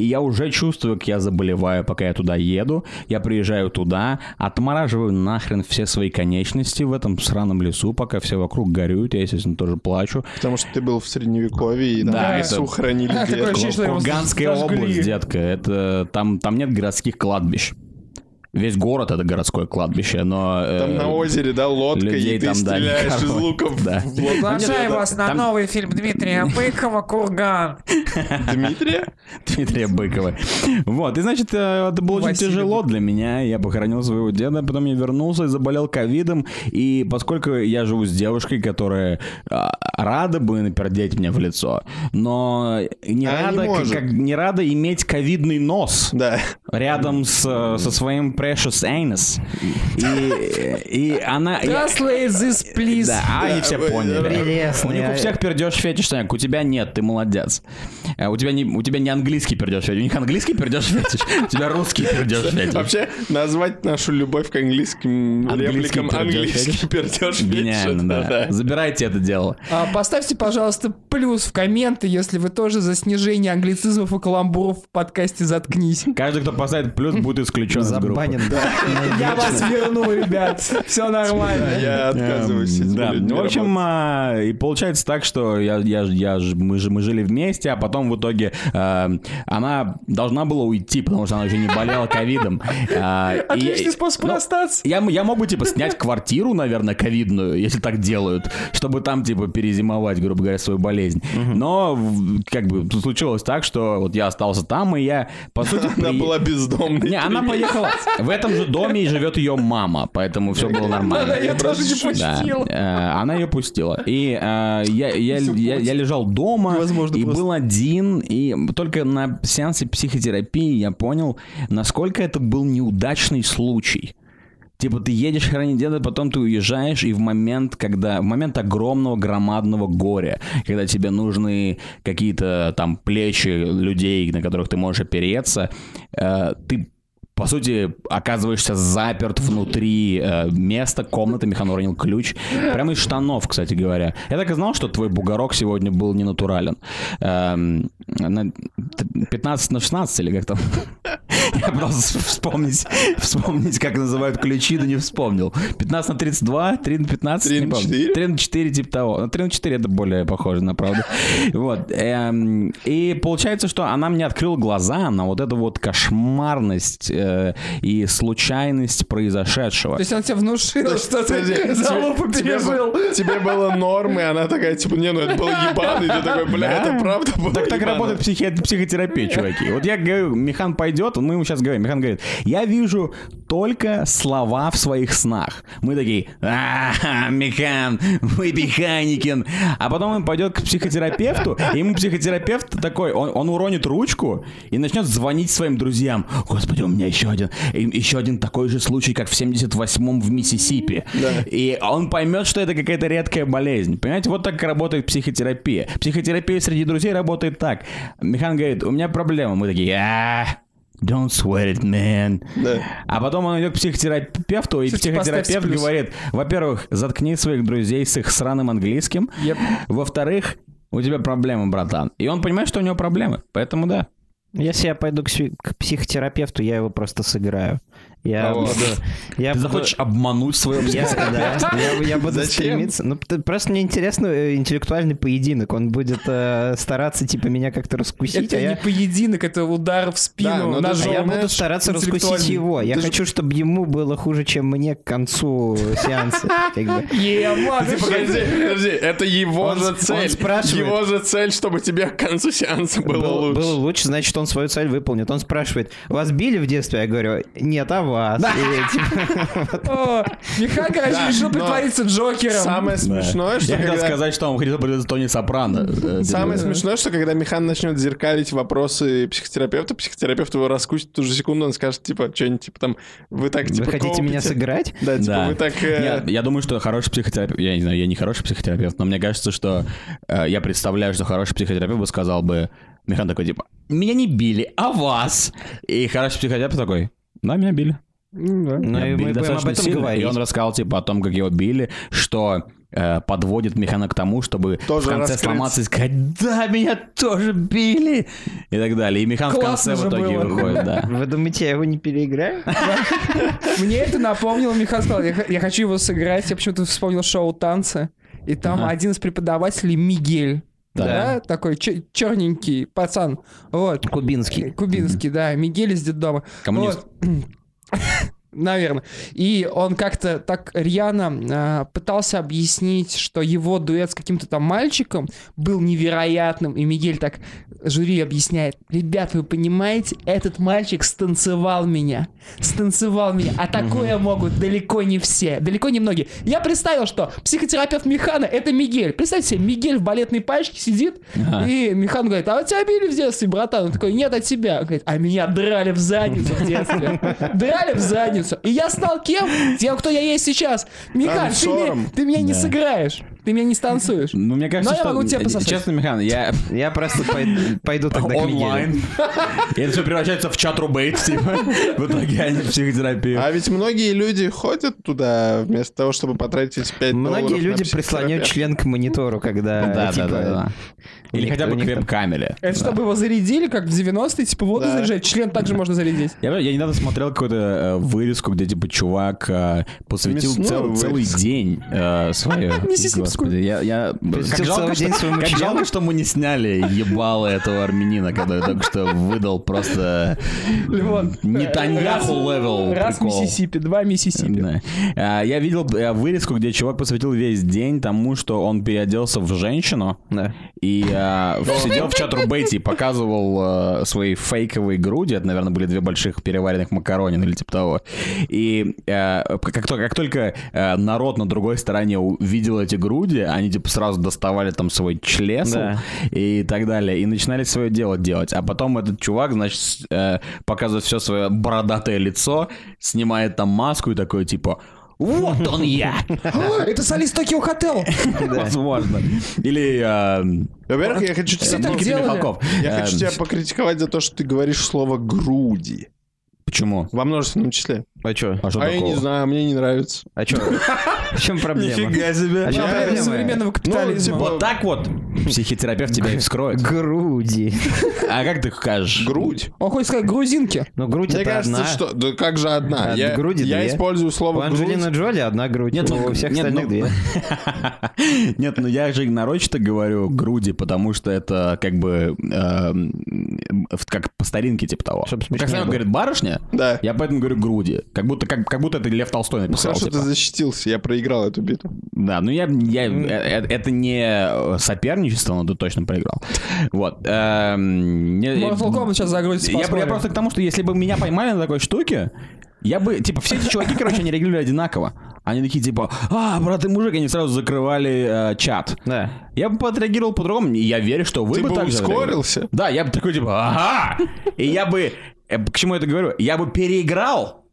Speaker 5: и я уже чувствую, как я заболеваю, пока я туда еду. Я приезжаю туда, отмораживаю нахрен все свои конечности в этом сраном лесу, пока все вокруг горюют. Я, естественно, тоже плачу.
Speaker 4: Потому что ты был в средневековье, и
Speaker 5: Да,
Speaker 4: там в
Speaker 5: это-
Speaker 4: лесу хранили
Speaker 6: Да, такое
Speaker 4: ветку.
Speaker 6: ощущение, что его
Speaker 5: Курганская
Speaker 6: сожгли.
Speaker 5: область, детка. Это, там, там нет городских кладбищ. Весь город — это городское кладбище, но... э,
Speaker 4: Там на озере, да, лодка,
Speaker 5: людей
Speaker 4: и ты
Speaker 5: там, да, не
Speaker 4: стреляешь из
Speaker 5: хоронят,
Speaker 4: луков
Speaker 5: да.
Speaker 4: в лодку.
Speaker 6: Приглашаю
Speaker 5: да,
Speaker 6: вас на
Speaker 5: там-
Speaker 6: новый фильм Дмитрия Быкова «Курган».
Speaker 4: Дмитрия?
Speaker 5: Дмитрия Быкова. Вот, и значит, э, это было очень
Speaker 6: Василий
Speaker 5: тяжело для меня. Я похоронил своего деда, потом я вернулся и заболел ковидом. И поскольку я живу с девушкой, которая а, рада бы, например, деть мне в лицо, но не,
Speaker 4: Она не
Speaker 5: рада, как-
Speaker 4: может.
Speaker 5: как- не рада иметь ковидный нос
Speaker 4: Да.
Speaker 5: рядом с, э, со своим precious anus. И, и она... я-
Speaker 6: Translate this, please.
Speaker 5: да, а, они все поняли.
Speaker 3: Прелестно.
Speaker 5: У них
Speaker 6: Э,
Speaker 5: у
Speaker 3: Я-
Speaker 5: всех пердеж фетиш, Санек, у тебя нет, ты молодец. Э, У тебя не, у тебя не английский пердеж фетиш, у них английский пердеж фетиш, у тебя русский
Speaker 6: *laughs*
Speaker 5: пердеж фетиш.
Speaker 4: Вообще, назвать нашу любовь к английским
Speaker 5: Английский
Speaker 4: репликам
Speaker 5: пердёж
Speaker 4: английский
Speaker 5: фетиш.
Speaker 4: пердеж
Speaker 5: Гениально, да.
Speaker 4: да.
Speaker 5: Забирайте это дело.
Speaker 6: А, Поставьте, пожалуйста, плюс в комменты, если вы тоже за снижение англицизмов и каламбуров в подкасте «Заткнись».
Speaker 5: Каждый, кто поставит плюс, будет исключен из группы.
Speaker 3: Забанен, да.
Speaker 5: *laughs*
Speaker 6: Я вас верну, ребят. Все нормально.
Speaker 4: Я отказываюсь.
Speaker 5: Эм,
Speaker 4: этими
Speaker 5: Да,
Speaker 4: людьми
Speaker 5: ну, в общем,
Speaker 4: работать.
Speaker 5: а, и получается так, что я, я, ж- я, ж- мы, же, мы жили вместе, а потом в итоге э, она должна была уйти, потому что она еще не болела ковидом. А, и-
Speaker 6: Отличный способ
Speaker 5: ну,
Speaker 6: расстаться.
Speaker 5: Я, м- я мог бы, типа, снять квартиру, наверное, ковидную, если так делают, чтобы там, типа, перезимовать, грубо говоря, свою болезнь. Но, в- как бы, случилось так, что вот я остался там, и я, по сути...
Speaker 4: Она
Speaker 5: а, при-
Speaker 4: была бездомной.
Speaker 5: Не, она поехала. В этом же доме и живет ее мама, поэтому все было нормально.
Speaker 6: Да, я тоже не
Speaker 5: Да,
Speaker 6: пустил.
Speaker 5: э, она ее пустила. И э, я, я, я, я лежал дома, и был один, и только на сеансе психотерапии я понял, насколько это был неудачный случай. Типа ты едешь хранить деда, потом ты уезжаешь, и в момент, когда... В момент огромного громадного горя, когда тебе нужны какие-то там плечи людей, на которых ты можешь опереться, э, ты по сути, оказываешься заперт внутри э, места, комнаты, Михан уронил ключ. Прямо из штанов, кстати говоря. Я так и знал, что твой бугорок сегодня был не натурален. Эм, на т- 15 на 16 или как там? Я пытался вспомнить, вспомнить, как называют ключи, да не вспомнил. 15 на 32, 3 на 15,
Speaker 4: 3
Speaker 5: не
Speaker 4: на
Speaker 5: помню.
Speaker 4: 4?
Speaker 5: 3 на 4 типа того. Но 3 на 4 это более похоже на правду. Вот. эм, И получается, что она мне открыла глаза на вот эту вот кошмарность э, и случайность произошедшего.
Speaker 6: То есть он тебе внушил, что
Speaker 4: Подожди,
Speaker 6: ты залупу
Speaker 4: тебе-
Speaker 6: пережил.
Speaker 4: Тебе,
Speaker 5: *laughs*
Speaker 4: тебе было норм, и она такая, типа, не, ну это был ебаный, ты такой, бля,
Speaker 5: Да.
Speaker 4: это правда было
Speaker 5: Так так
Speaker 4: ебано».
Speaker 5: работает психи- психотерапия, чуваки. Вот я говорю, Михан пойдет, мы ему сейчас говорим. Михан говорит, я вижу только слова в своих снах. Мы такие, а Михан, выпей Ханикин. А потом он пойдет к психотерапевту, и ему психотерапевт такой, он, он уронит ручку и начнет звонить своим друзьям. Господи, у меня еще один, и- еще один такой же случай, как в 78-м в Миссисипи. И он поймет, что это какая-то редкая болезнь. Понимаете, вот так работает психотерапия. Психотерапия среди друзей работает так. Михан говорит, у меня проблема. Мы такие, «А, Don't sweat it, man.
Speaker 4: Да.
Speaker 5: А потом он идет к психотерапевту, и
Speaker 6: Кстати,
Speaker 5: психотерапевт
Speaker 6: поставьте плюс.
Speaker 5: говорит, во-первых, заткни своих друзей с их сраным английским.
Speaker 6: Yep.
Speaker 5: Во-вторых, у тебя проблемы, братан. И он понимает, что у него проблемы, поэтому да.
Speaker 3: Если я пойду к, пси- к психотерапевту, я его просто сыграю. Я,
Speaker 4: Да
Speaker 3: буду-
Speaker 4: ладно.
Speaker 3: *laughs* я
Speaker 5: Ты
Speaker 3: буду-
Speaker 5: захочешь обмануть своего
Speaker 3: Я,
Speaker 5: психолога?
Speaker 3: да,
Speaker 4: *laughs*
Speaker 3: я-
Speaker 5: *laughs*
Speaker 3: я буду
Speaker 4: Зачем?
Speaker 3: стремиться. Ну, т- просто мне интересно э, интеллектуальный поединок. Он будет э, стараться, типа, меня как-то раскусить,
Speaker 6: Это
Speaker 3: а я,
Speaker 6: не поединок, это удар
Speaker 4: Да,
Speaker 6: в
Speaker 4: но
Speaker 6: спину
Speaker 4: ты
Speaker 3: а
Speaker 4: же
Speaker 3: я
Speaker 6: ножом.
Speaker 3: буду
Speaker 4: знаешь,
Speaker 3: стараться раскусить
Speaker 6: интеллектуальный.
Speaker 3: его. Я
Speaker 4: Ты же-
Speaker 3: хочу, чтобы ему было хуже, чем мне к концу сеанса. как бы.
Speaker 6: Е, Влад,
Speaker 4: Ты
Speaker 6: ну что
Speaker 4: Подожди,
Speaker 6: ты?
Speaker 4: подожди, это его
Speaker 3: Он-
Speaker 4: же
Speaker 3: он
Speaker 4: цель.
Speaker 3: спрашивает.
Speaker 4: Его же цель, чтобы тебе к концу сеанса *laughs* было
Speaker 3: Был-
Speaker 4: лучше.
Speaker 3: Было лучше, значит, он свою цель выполнит. Он спрашивает, вас били в детстве? Я говорю, нет, а вас. И,
Speaker 4: *laughs*
Speaker 3: типа,
Speaker 6: О, Миха, короче,
Speaker 4: Да,
Speaker 6: решил
Speaker 4: но-
Speaker 6: притвориться Джокером.
Speaker 4: Самое
Speaker 5: Да.
Speaker 4: смешное, что
Speaker 5: Я хотел
Speaker 4: когда...
Speaker 5: сказать, что он хотел придется Тони Сопрано. Э,
Speaker 4: Самое
Speaker 5: э,
Speaker 4: смешное, что когда Михан начнет зеркалить вопросы психотерапевта, психотерапевт его раскусит в ту же секунду, он скажет, типа, что-нибудь, типа, там, вы так, типа,
Speaker 3: Вы хотите меня
Speaker 4: колпите».
Speaker 3: сыграть?
Speaker 4: Да, типа,
Speaker 5: *laughs* Да.
Speaker 4: вы так... э,
Speaker 5: Я, я думаю, что хороший психотерапевт, я не знаю, я не хороший психотерапевт, но мне кажется, что э, я представляю, что хороший психотерапевт бы сказал бы, Михан такой, типа, меня не били, а вас. И хороший психотерапевт такой, да, меня били.
Speaker 3: Ну
Speaker 5: Меня
Speaker 3: и
Speaker 5: били
Speaker 3: мы будем об
Speaker 5: достаточно
Speaker 3: этом
Speaker 5: сильно». И
Speaker 3: говорить.
Speaker 5: он рассказал, типа, о том, как его били, что э, подводит Михана к тому, чтобы
Speaker 4: Тоже
Speaker 5: в конце
Speaker 4: раскрыться.
Speaker 5: сломаться и сказать, да, меня тоже били, и так далее. И Михан
Speaker 6: Классно
Speaker 5: в конце
Speaker 6: же
Speaker 5: в итоге
Speaker 6: было.
Speaker 5: выходит,
Speaker 6: *laughs*
Speaker 5: да.
Speaker 3: Вы думаете, я его не переиграю?
Speaker 5: *laughs*
Speaker 6: Мне это напомнило, Миха сказал, я, х- я хочу его сыграть, я почему-то вспомнил шоу «Танцы», и там
Speaker 5: Ага.
Speaker 6: один из преподавателей Мигель,
Speaker 5: Да.
Speaker 6: да, такой чер- черненький пацан, вот,
Speaker 3: Кубинский.
Speaker 6: кубинский, да, Мигель из детдома.
Speaker 5: Коммунист.
Speaker 6: *coughs* Наверное. И он как-то так рьяно э, пытался объяснить, что его дуэт с каким-то там мальчиком был невероятным. И Мигель так жюри объясняет. Ребят, вы понимаете, этот мальчик станцевал меня. Станцевал меня. А такое могут далеко не все. Далеко не многие. Я представил, что психотерапевт Михана — это Мигель. Представьте себе, Мигель в балетной пачке сидит,
Speaker 5: Ага.
Speaker 6: и Михан говорит, а тебя били в детстве, братан? Он такой, нет, от тебя. Он говорит, а меня драли в задницу в детстве. Драли в задницу. И я стал кем? Тем, кто я есть сейчас. Михан, ты,
Speaker 4: Танцором.
Speaker 6: меня- ты меня не
Speaker 5: Да.
Speaker 6: сыграешь. Ты меня не станцуешь.
Speaker 5: Ну, мне кажется,
Speaker 6: Но я
Speaker 5: что...
Speaker 6: могу тебя пососать.
Speaker 5: Честно, Михан,
Speaker 6: *laughs*
Speaker 5: я...
Speaker 3: Я просто пой- пойду тогда к Мигелю.
Speaker 5: *laughs* онлайн. И это все превращается в чат рубейт, типа. *laughs* В итоге они психотерапию.
Speaker 4: А ведь многие люди ходят туда, вместо того, чтобы потратить 5
Speaker 3: Многие
Speaker 4: долларов на
Speaker 3: люди прислоняют
Speaker 4: психотерапевт.
Speaker 3: член к монитору,
Speaker 6: А,
Speaker 3: когда... типа,
Speaker 5: Или
Speaker 3: никто-
Speaker 5: хотя бы к
Speaker 3: никто-
Speaker 5: веб-камере.
Speaker 6: Это чтобы его зарядили, как в 90-е, типа воду
Speaker 4: Да.
Speaker 6: заряжать, член также можно зарядить.
Speaker 5: Я, я недавно смотрел какую-то э, вырезку, где типа чувак э, посвятил
Speaker 4: Мясную
Speaker 5: цел- целый
Speaker 4: вырезку.
Speaker 5: день э, свое.
Speaker 6: Сисипскую.
Speaker 5: Господи, я, я-
Speaker 3: Посвятил
Speaker 5: как, жалко,
Speaker 3: целый день
Speaker 5: что,
Speaker 3: своему
Speaker 5: как
Speaker 3: члену.
Speaker 5: жалко, что мы не сняли ебало этого армянина, который только что выдал просто
Speaker 6: Лимон.
Speaker 5: Нетаньяху левел
Speaker 6: Раз
Speaker 5: прикол.
Speaker 6: Миссисипи, два Миссисипи.
Speaker 5: Да. А, Я видел э, вырезку, где чувак посвятил весь день тому, что он переоделся в женщину
Speaker 3: Да.
Speaker 5: и а, в- сидел в чат-рубейте и показывал э, свои фейковые груди. Это, наверное, были две больших переваренных макаронин или типа того. И э, как, только- как только э, народ на другой стороне увидел эти груди, они типа сразу доставали там свой член
Speaker 3: Да.
Speaker 5: и так далее. И начинали свое дело делать. А потом этот чувак, значит, с- э, показывает все свое бородатое лицо, снимает там маску и такой типа... Вот он я!
Speaker 6: Это солист Токио Хотел.
Speaker 5: *laughs* Возможно. Или... э,
Speaker 4: Во-первых, я хочу
Speaker 6: Все
Speaker 4: тебя...
Speaker 6: так
Speaker 5: Дмитрий
Speaker 6: делали.
Speaker 5: Михалков.
Speaker 4: Я
Speaker 5: Э,
Speaker 4: хочу тебя покритиковать за то, что ты говоришь слово «груди».
Speaker 5: Почему?
Speaker 4: Во множественном числе.
Speaker 3: А что?
Speaker 5: А что
Speaker 4: а я не знаю, мне не нравится.
Speaker 3: А
Speaker 5: *laughs*
Speaker 3: что? В чем проблема?
Speaker 5: себе.
Speaker 3: А чё
Speaker 4: Я-
Speaker 3: проблема?
Speaker 6: Современного капитализма.
Speaker 5: Вот так вот психотерапевт тебя и вскроет.
Speaker 3: Груди.
Speaker 5: А как ты скажешь?
Speaker 4: Грудь.
Speaker 6: Он хочет сказать грузинки.
Speaker 3: Ну, грудь
Speaker 4: Мне
Speaker 3: это
Speaker 4: кажется,
Speaker 3: одна.
Speaker 4: что... Да как же одна?
Speaker 3: А,
Speaker 4: я
Speaker 3: груди
Speaker 4: я
Speaker 3: две.
Speaker 4: использую
Speaker 3: У
Speaker 4: слово «грудь».
Speaker 3: Анджелины Джоли одна грудь,
Speaker 5: Нет, ну,
Speaker 3: у всех
Speaker 5: нет,
Speaker 3: остальных
Speaker 5: ну-
Speaker 3: две.
Speaker 5: *laughs* Нет, ну я же нарочно говорю груди, потому что это как бы эм, в- как по старинке типа того.
Speaker 3: Чтоб
Speaker 5: Ну,
Speaker 3: смешнее
Speaker 5: как сам
Speaker 3: было.
Speaker 5: говорит барышня,
Speaker 4: Да. Ну,
Speaker 5: я поэтому говорю груди. Как будто, как, как будто это Лев Толстой написал.
Speaker 4: Хорошо,
Speaker 5: типа.
Speaker 4: ты защитился, я проиграл эту битву.
Speaker 5: Да, ну я, я- э, э, это не соперничество, но ты точно проиграл. Вот. эм, не-
Speaker 6: Mortal Kombat сейчас загрузится,
Speaker 5: Я,
Speaker 6: посмотрим.
Speaker 5: я просто к тому, что если бы меня поймали на такой штуке, я бы, типа, все эти чуваки, короче, они реагировали одинаково. Они такие, типа, а, брат, ты мужик, они сразу закрывали э, чат.
Speaker 3: Да.
Speaker 5: Я бы отреагировал по-другому, и я верю, что вы
Speaker 4: Ты бы
Speaker 5: так же
Speaker 4: Типа, ускорился?
Speaker 5: отреагировали. Да, я бы такой, типа, ага! И я бы, э, к чему я это говорю? Я бы переиграл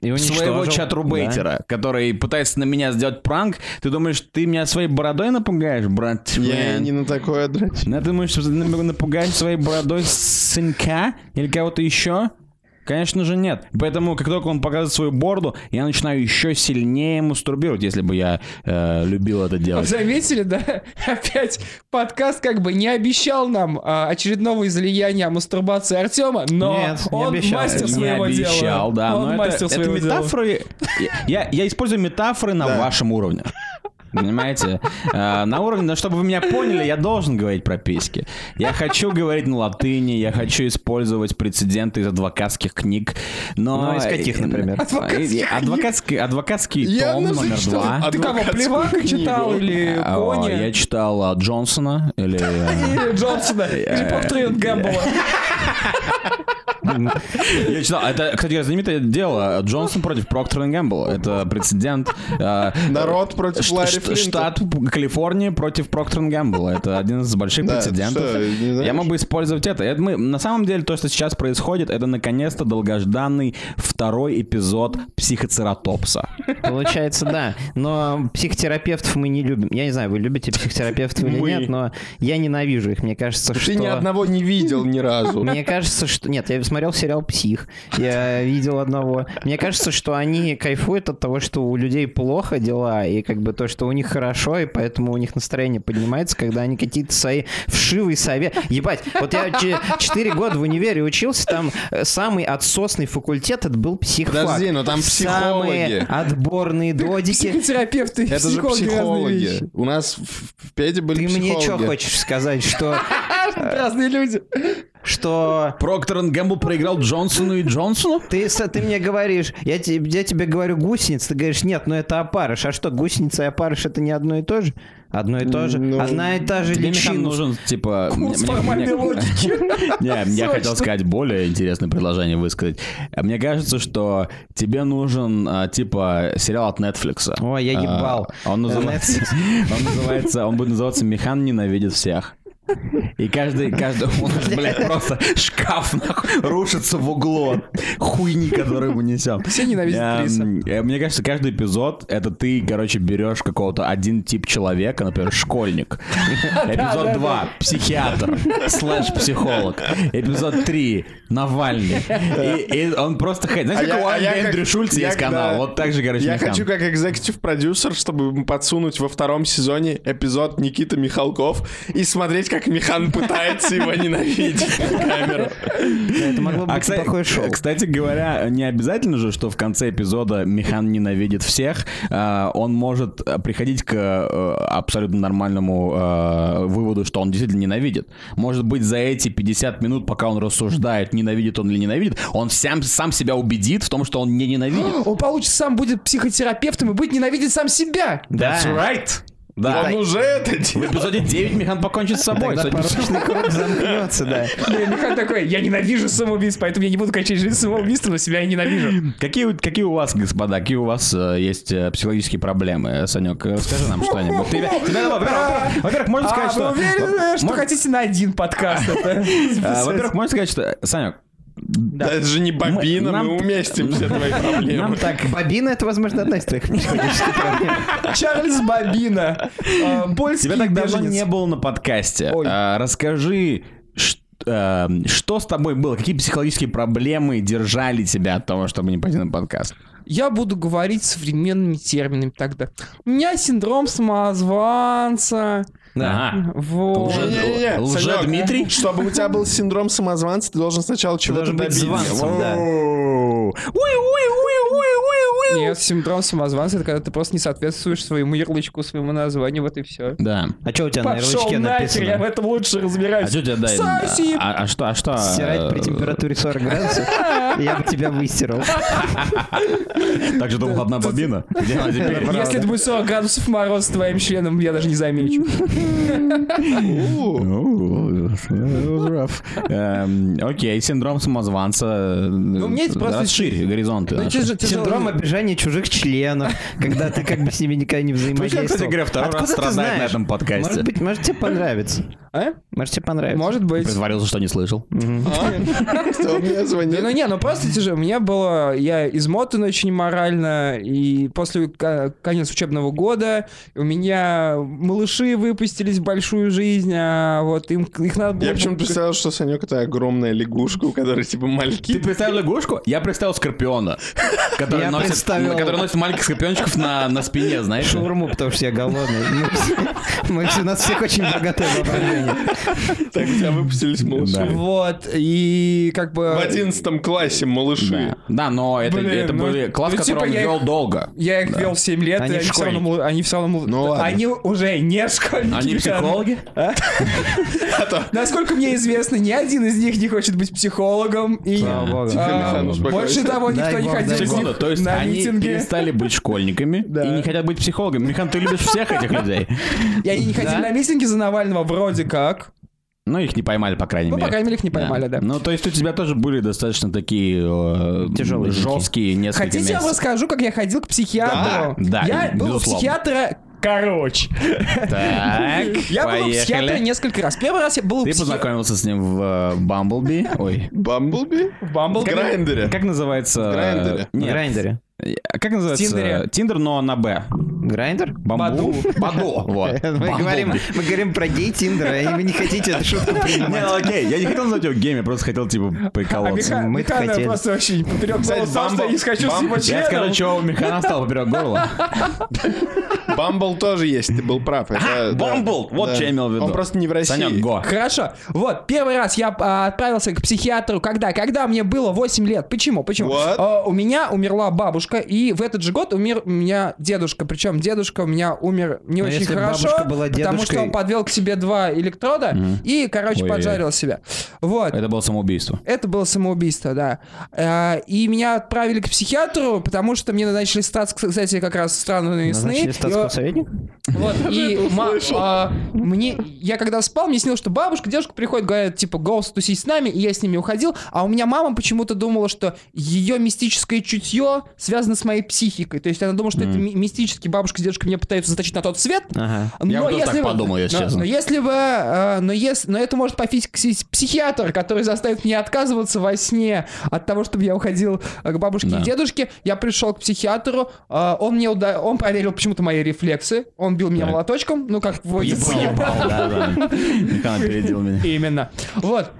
Speaker 3: И
Speaker 5: своего
Speaker 3: уничтожил.
Speaker 5: чатрубейтера, который пытается на меня сделать пранк. Ты думаешь, ты меня своей бородой напугаешь, брат?
Speaker 4: Я не на такое дрочу.
Speaker 5: Ну, ты думаешь, что ты нап- напугаешь своей бородой сынка или кого-то еще? Конечно же нет. Поэтому, как только он показывает свою борду, я начинаю еще сильнее мастурбировать, если бы я э, любил это
Speaker 6: Вы
Speaker 5: делать.
Speaker 6: заметили, да? *laughs* Опять подкаст как бы не обещал нам а, очередного излияния о мастурбации Артема, но
Speaker 3: Нет, не
Speaker 6: он
Speaker 3: обещал.
Speaker 6: мастер
Speaker 5: Не
Speaker 6: своего
Speaker 5: обещал,
Speaker 6: дела.
Speaker 5: да.
Speaker 6: он
Speaker 5: но это-
Speaker 6: мастер
Speaker 5: это,
Speaker 6: своего дела.
Speaker 5: метафоры. Я, я использую метафоры на вашем уровне. Понимаете? Э, На уровне, да, чтобы вы меня поняли, я должен говорить про письки. Я хочу говорить на латыни, я хочу использовать прецеденты из адвокатских книг. Но...
Speaker 3: Ну, из каких, например?
Speaker 5: Адвокатских Адвокатский, адвокатский том номер два.
Speaker 6: Ты кого,
Speaker 4: адвокатскую
Speaker 6: Плевака
Speaker 4: книгу.
Speaker 6: читал или
Speaker 5: А, Я
Speaker 6: Кони?
Speaker 5: читал а, Джонсона или... э,
Speaker 6: Или Джонсона, или портрет Гэмбола.
Speaker 5: Я читал. Это, кстати, знаменитое дело. Джонсон против Проктора и Гэмбла. Это прецедент. э,
Speaker 4: Народ против
Speaker 5: Ш-
Speaker 4: Ларри
Speaker 5: ш-
Speaker 4: Флинта.
Speaker 5: Штат Калифорния против Проктора Гэмбла. Это один из больших
Speaker 4: Да,
Speaker 5: прецедентов.
Speaker 4: что, не знаешь?
Speaker 5: Я могу использовать это. это мы, на самом деле, то, что сейчас происходит, это наконец-то долгожданный второй эпизод психоцератопса.
Speaker 3: Получается, да. Но психотерапевтов мы не любим. Я не знаю, вы любите психотерапевтов или
Speaker 4: Мы.
Speaker 3: нет, но я ненавижу их. Мне кажется, что...
Speaker 4: Ты ни одного не видел ни разу.
Speaker 3: Мне кажется, что... Нет, я смотрел сериал «Псих». Я видел одного. Мне кажется, что они кайфуют от того, что у людей плохо дела, и как бы то, что у них хорошо, и поэтому у них настроение поднимается, когда они какие-то свои вшивые советы... Ебать, вот я 4 года в универе учился, там э, самый отсосный факультет, это был психфак.
Speaker 4: Подожди, но там
Speaker 3: Самые
Speaker 4: психологи.
Speaker 3: отборные
Speaker 4: *laughs*
Speaker 3: додики.
Speaker 6: Психотерапевты,
Speaker 4: Это же
Speaker 6: психологи, разные
Speaker 4: психологи.
Speaker 6: вещи.
Speaker 4: У нас в в Педе были
Speaker 3: Ты мне
Speaker 4: психологи.
Speaker 3: что хочешь сказать, что...
Speaker 6: Разные люди.
Speaker 3: что
Speaker 5: Проктор и Гэмбл проиграл Джонсону и Джонсону?
Speaker 3: ты, с- ты мне говоришь, я, те- я тебе говорю гусеница, ты говоришь, нет, ну это опарыш. А что, гусеница и опарыш это не одно и то же? Одно и то же.
Speaker 4: Ну,
Speaker 3: Одна и та же
Speaker 5: Тебе Михан,
Speaker 3: личина.
Speaker 5: нужен, типа...
Speaker 6: Курс
Speaker 5: мне- мне-
Speaker 6: формальной
Speaker 5: *laughs*
Speaker 6: логики.
Speaker 5: Не, я хотел
Speaker 6: Срочно.
Speaker 5: сказать более интересное предложение высказать. Мне кажется, что тебе нужен а, типа сериал от Netflix.
Speaker 3: Ой, я ебал.
Speaker 5: А, Он называется, *laughs* он называется, он будет называться «Механ ненавидит всех». И каждый, каждый, у нас, блядь, просто шкаф нахуй, рушится в углу от хуйни, которую мы несем.
Speaker 6: Все ненавидят
Speaker 5: Эм,
Speaker 6: Криса.
Speaker 5: э, Мне кажется, каждый эпизод это ты, короче, берешь какого-то один тип человека, например, школьник. *laughs* Эпизод 2 психиатр слэш психолог. Эпизод 3 Навальный. И и он просто ходит. Знаешь,
Speaker 4: А
Speaker 5: как
Speaker 4: я-
Speaker 5: у
Speaker 4: а я
Speaker 5: Анды
Speaker 4: как-
Speaker 5: Эндрю Шульца
Speaker 4: я
Speaker 5: есть канал.
Speaker 4: когда-
Speaker 5: Вот так же, короче,
Speaker 4: Я
Speaker 5: Михан.
Speaker 4: хочу как экзекутив продюсер, чтобы ему подсунуть во втором сезоне эпизод Никиты Михалков и смотреть, как Михан пытается его ненавидеть на камеру.
Speaker 3: Это могло быть
Speaker 5: А кстати,
Speaker 3: неплохое шоу.
Speaker 5: кстати говоря, не обязательно же, что в конце эпизода Михан ненавидит всех. А, Он может э, приходить к э, абсолютно нормальному э, выводу, что он действительно ненавидит. Может быть, за эти 50 минут, пока он рассуждает, ненавидит он или ненавидит, он сам, сам себя убедит в том, что он не ненавидит.
Speaker 6: Он получится сам будет психотерапевтом и будет ненавидеть сам себя.
Speaker 3: Да.
Speaker 5: right! Да.
Speaker 4: Он уже это
Speaker 5: В
Speaker 4: делает.
Speaker 5: эпизоде 9 Михан покончит с собой.
Speaker 3: Тогда
Speaker 5: Судя по
Speaker 3: порочный круг замкнется, да.
Speaker 6: И Михаил такой, я ненавижу самоубийств, поэтому я не буду кончать жизнь самоубийством, но себя я ненавижу.
Speaker 5: Какие, у- какие у вас, господа, какие у вас э, есть э, психологические проблемы? Санек, расскажи нам что-нибудь.
Speaker 6: *laughs*
Speaker 5: Ты- ты- да, во- во-первых, Во-первых, можно
Speaker 6: А,
Speaker 5: сказать,
Speaker 6: вы
Speaker 5: что... *laughs*
Speaker 6: уверены, что
Speaker 5: Мож-
Speaker 6: хотите на один подкаст? это
Speaker 5: э,
Speaker 6: записать?
Speaker 5: Во-первых, можно сказать, что... Санек,
Speaker 4: Да Это же не бобина,
Speaker 5: Мы- нам-
Speaker 4: мы уместим все твои
Speaker 5: нам
Speaker 4: проблемы.
Speaker 6: *laughs*
Speaker 5: так...
Speaker 3: Бобина это, возможно, одна из
Speaker 5: *laughs*
Speaker 3: твоих психологических проблем.
Speaker 6: Чарльз Бабина, э, польский
Speaker 5: Тебя так давно
Speaker 6: беженец.
Speaker 5: не было на подкасте.
Speaker 6: Ой.
Speaker 5: А, Расскажи, ш- э, что с тобой было? Какие психологические проблемы держали тебя от того, чтобы не пойти на подкаст?
Speaker 6: Я буду говорить современными терминами тогда. У меня синдром самозванца.
Speaker 5: Ага.
Speaker 6: Вот.
Speaker 5: Уже-
Speaker 4: Не-не-не,
Speaker 5: Лже-
Speaker 4: Санёк,
Speaker 5: Дмитрий?
Speaker 4: Чтобы у тебя был синдром самозванца, ты должен сначала чего-то
Speaker 3: должен быть
Speaker 4: добиться.
Speaker 3: званцем, да.
Speaker 5: Оу. Уи-уи-уи-уи-уи-уи.
Speaker 6: Нет, синдром самозванца, это когда ты просто не соответствуешь своему ярлычку, своему названию, вот и все.
Speaker 5: Да.
Speaker 3: А что у тебя на
Speaker 6: Пошел
Speaker 3: ярлычке
Speaker 6: нахер, я в
Speaker 3: написано?
Speaker 6: этом лучше разбираюсь.
Speaker 5: А что у тебя, да,
Speaker 6: Соси!
Speaker 5: А, а что, а что?
Speaker 3: Стирать при *laughs*
Speaker 5: э,
Speaker 3: температуре 40 градусов? Я бы тебя выстирал.
Speaker 5: Так же думал одна бобина. Где она теперь?
Speaker 6: Если это будет 40 градусов мороз с твоим членом, я даже не замечу.
Speaker 5: Ну, Эм, Окей, синдром самозванца.
Speaker 6: мне это просто-
Speaker 5: Расширь горизонты.
Speaker 6: Ну,
Speaker 5: наши. Ну,
Speaker 6: тяж- тяжело.
Speaker 3: Синдром обижения обожание чужих членов, когда ты как бы с ними никогда не
Speaker 5: Пусть, Ну, кстати
Speaker 3: взаимодействовал.
Speaker 5: говоря, второй раз
Speaker 3: Откуда ты
Speaker 5: страдает на
Speaker 3: знаешь?
Speaker 5: этом подкасте.
Speaker 3: Может быть, может тебе понравится.
Speaker 6: А?
Speaker 3: Может тебе понравится.
Speaker 6: Может быть.
Speaker 5: Притворился, что не слышал.
Speaker 4: Кто мне
Speaker 6: Да, ну
Speaker 4: звонит?
Speaker 6: не, ну просто тяжело. У меня было... Я измотан очень морально, и после ка- конец учебного года у меня малыши выпустились в большую жизнь, а вот им их надо было...
Speaker 4: Я почему-то представил, что Санек это огромная лягушка, у которой типа
Speaker 5: Ты
Speaker 4: мальки.
Speaker 5: представил лягушку? Я представил скорпиона, который
Speaker 3: Я
Speaker 5: носит,
Speaker 3: представил-
Speaker 5: который носит маленьких скорпиончиков на, на спине, знаешь?
Speaker 3: Шаурму, потому что я голодный. Мы все- Мы все, у нас всех очень богатое воображение.
Speaker 4: Так у тебя выпустились малыши.
Speaker 6: Вот, и как бы...
Speaker 4: В одиннадцатом классе малыши.
Speaker 5: Да. Да, но это,
Speaker 6: Блин,
Speaker 5: это
Speaker 6: ну-
Speaker 5: были класс,
Speaker 6: ну, типа
Speaker 5: который он
Speaker 6: я их-
Speaker 5: вел долго.
Speaker 6: Я их вел 7 лет,
Speaker 3: Они
Speaker 6: и они все равно...
Speaker 3: школьники.
Speaker 6: мл- Они, все равно мл-
Speaker 4: Ну ладно.
Speaker 6: они уже не школьники.
Speaker 5: Они
Speaker 6: ребята.
Speaker 5: психологи?
Speaker 6: Насколько мне известно, ни один из них не хочет быть психологом. И
Speaker 3: Слава богу.
Speaker 5: типа
Speaker 6: а,
Speaker 4: Тихо, Михан, успокойся.
Speaker 6: больше того,
Speaker 3: Дай
Speaker 6: никто не
Speaker 3: бог,
Speaker 6: ходил
Speaker 3: дай
Speaker 6: с ним
Speaker 5: ну, Секунду, то есть
Speaker 6: на
Speaker 5: они
Speaker 6: митинги.
Speaker 5: перестали быть школьниками и не хотят быть психологами. Михан, ты любишь всех этих людей?
Speaker 6: И они не ходили на митинги за Навального, вроде как.
Speaker 5: Ну, их не поймали, по крайней
Speaker 6: Ну,
Speaker 5: мере.
Speaker 6: по крайней мере, их не поймали, да.
Speaker 5: Ну, то есть у тебя тоже были достаточно такие
Speaker 3: Тяжелые
Speaker 5: тяжелые,
Speaker 3: деньки.
Speaker 5: жесткие несколько
Speaker 6: Хотите, я вам
Speaker 5: месяцев.
Speaker 6: расскажу, как я ходил к психиатру?
Speaker 5: Да, да,
Speaker 6: Я был у
Speaker 5: безусловно.
Speaker 6: психиатра... Короче.
Speaker 5: Так,
Speaker 6: Я был у психиатра
Speaker 5: поехали.
Speaker 6: несколько раз. Первый раз я был у
Speaker 5: Ты
Speaker 6: психиатра...
Speaker 5: познакомился с ним в э, Бамблби? Ой.
Speaker 4: Бамблби? В Грайндере.
Speaker 5: Как называется?
Speaker 4: В Грайндере.
Speaker 3: В
Speaker 5: Нет.
Speaker 3: Грайндере.
Speaker 5: Э, Как называется?
Speaker 6: Тиндере.
Speaker 5: Тиндер, но на Б.
Speaker 3: Грайндер?
Speaker 5: Бамбу. Баду.
Speaker 4: *laughs*
Speaker 5: Вот.
Speaker 3: Мы
Speaker 5: Бамблби.
Speaker 3: говорим, мы говорим про гей Тиндера, и вы не хотите эту шутку
Speaker 5: Не,
Speaker 3: принимать.
Speaker 5: ну, окей, я не хотел назвать его геем, я просто хотел, типа,
Speaker 6: А
Speaker 5: приколоться.
Speaker 6: Миха-
Speaker 3: Мы
Speaker 6: Михаил
Speaker 3: хотели.
Speaker 6: просто очень поперек
Speaker 4: Кстати,
Speaker 6: голоса, что
Speaker 4: Бамбл-
Speaker 6: я не хочу с
Speaker 4: Бамбл-
Speaker 6: его
Speaker 5: Я
Speaker 6: членом.
Speaker 5: скажу, что у Михана стало поперек горла.
Speaker 4: Бамбл тоже есть, ты был прав. это- да.
Speaker 5: Бамбл, вот
Speaker 4: Да.
Speaker 5: что я имел в виду.
Speaker 4: Он просто не в России.
Speaker 5: Санек, го.
Speaker 6: Хорошо. Вот, первый раз я а, отправился к психиатру, когда? Когда мне было 8 лет. Почему? Почему?
Speaker 4: What?
Speaker 6: А, у меня умерла бабушка, и в этот же год умер у меня дедушка. Причем дедушка у меня умер не
Speaker 3: Но
Speaker 6: очень
Speaker 3: если бы
Speaker 6: хорошо,
Speaker 3: бабушка была
Speaker 6: потому
Speaker 3: дедушкой-
Speaker 6: что он подвел к себе два электрода и, короче,
Speaker 5: Ой-ой-ой.
Speaker 6: поджарил себя. Вот.
Speaker 3: Э.
Speaker 5: Это было самоубийство.
Speaker 6: Это было самоубийство, да. А, И меня отправили к психиатру, потому что мне назначили статс, кстати, как раз странные
Speaker 3: Назначили
Speaker 6: сны.
Speaker 3: статского
Speaker 6: И-
Speaker 3: советника?
Speaker 6: вот, и ма- а, мне, я когда спал, мне снилось, что бабушка, девушка приходит, говорят, типа, голос тусить с нами, и я с ними уходил, а у меня мама почему-то думала, что ее мистическое чутье связано с моей психикой, то есть она думала, что это ми- мистически бабушка с дедушкой меня пытаются заточить на тот свет,
Speaker 3: Ага.
Speaker 5: Я бы тоже так
Speaker 6: бы-
Speaker 5: подумал, если
Speaker 6: но,
Speaker 5: честно.
Speaker 6: Но если бы, а, но если, но это может пофиксить психиатр, который заставит меня отказываться во сне от того, чтобы я уходил а, к бабушке
Speaker 5: Да.
Speaker 6: и дедушке. Я пришел к психиатру, а, он мне уда- он проверил почему-то мои рефлексы, он бил меня
Speaker 5: Так.
Speaker 6: молоточком, ну как водится.
Speaker 5: Да-да. Михан опередил меня.
Speaker 6: Именно. Вот.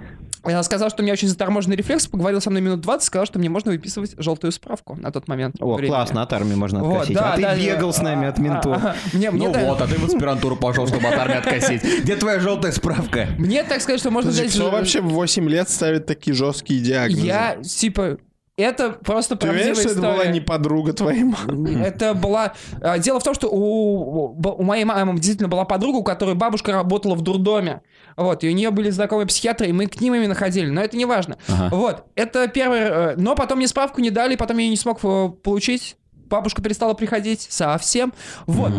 Speaker 6: Я сказал, что у меня очень заторможенный рефлекс, поговорил со мной минут 20, сказал, что мне можно выписывать желтую справку на тот момент.
Speaker 3: О,
Speaker 6: времени.
Speaker 3: классно, от армии можно
Speaker 6: Вот,
Speaker 3: откосить.
Speaker 6: да,
Speaker 3: а ты
Speaker 6: да, да.
Speaker 3: бегал с нами от ментов.
Speaker 6: А, а, *laughs* Мне, мне,
Speaker 5: Ну
Speaker 6: да-
Speaker 5: вот, а ты в аспирантуру пошел, чтобы от армии откосить. Где твоя желтая справка?
Speaker 6: мне так сказать, что можно
Speaker 4: Подожди,
Speaker 6: взять...
Speaker 4: Кто
Speaker 6: ж-
Speaker 4: вообще в 8 лет ставит такие жесткие диагнозы?
Speaker 6: Я, типа, это просто
Speaker 4: Ты уверен,
Speaker 6: правдивая
Speaker 4: что это
Speaker 6: история.
Speaker 4: была не подруга твоей мамы?
Speaker 6: Это была... а, Дело в том, что у, у- у моей мамы действительно была подруга, у которой бабушка работала в дурдоме. Вот, и у нее были знакомые психиатры, и мы к ним именно ходили, но это не важно.
Speaker 5: Ага.
Speaker 6: Вот, это первое... э, Но потом мне справку не дали, потом я ее не смог э, получить. Бабушка перестала приходить совсем. Вот.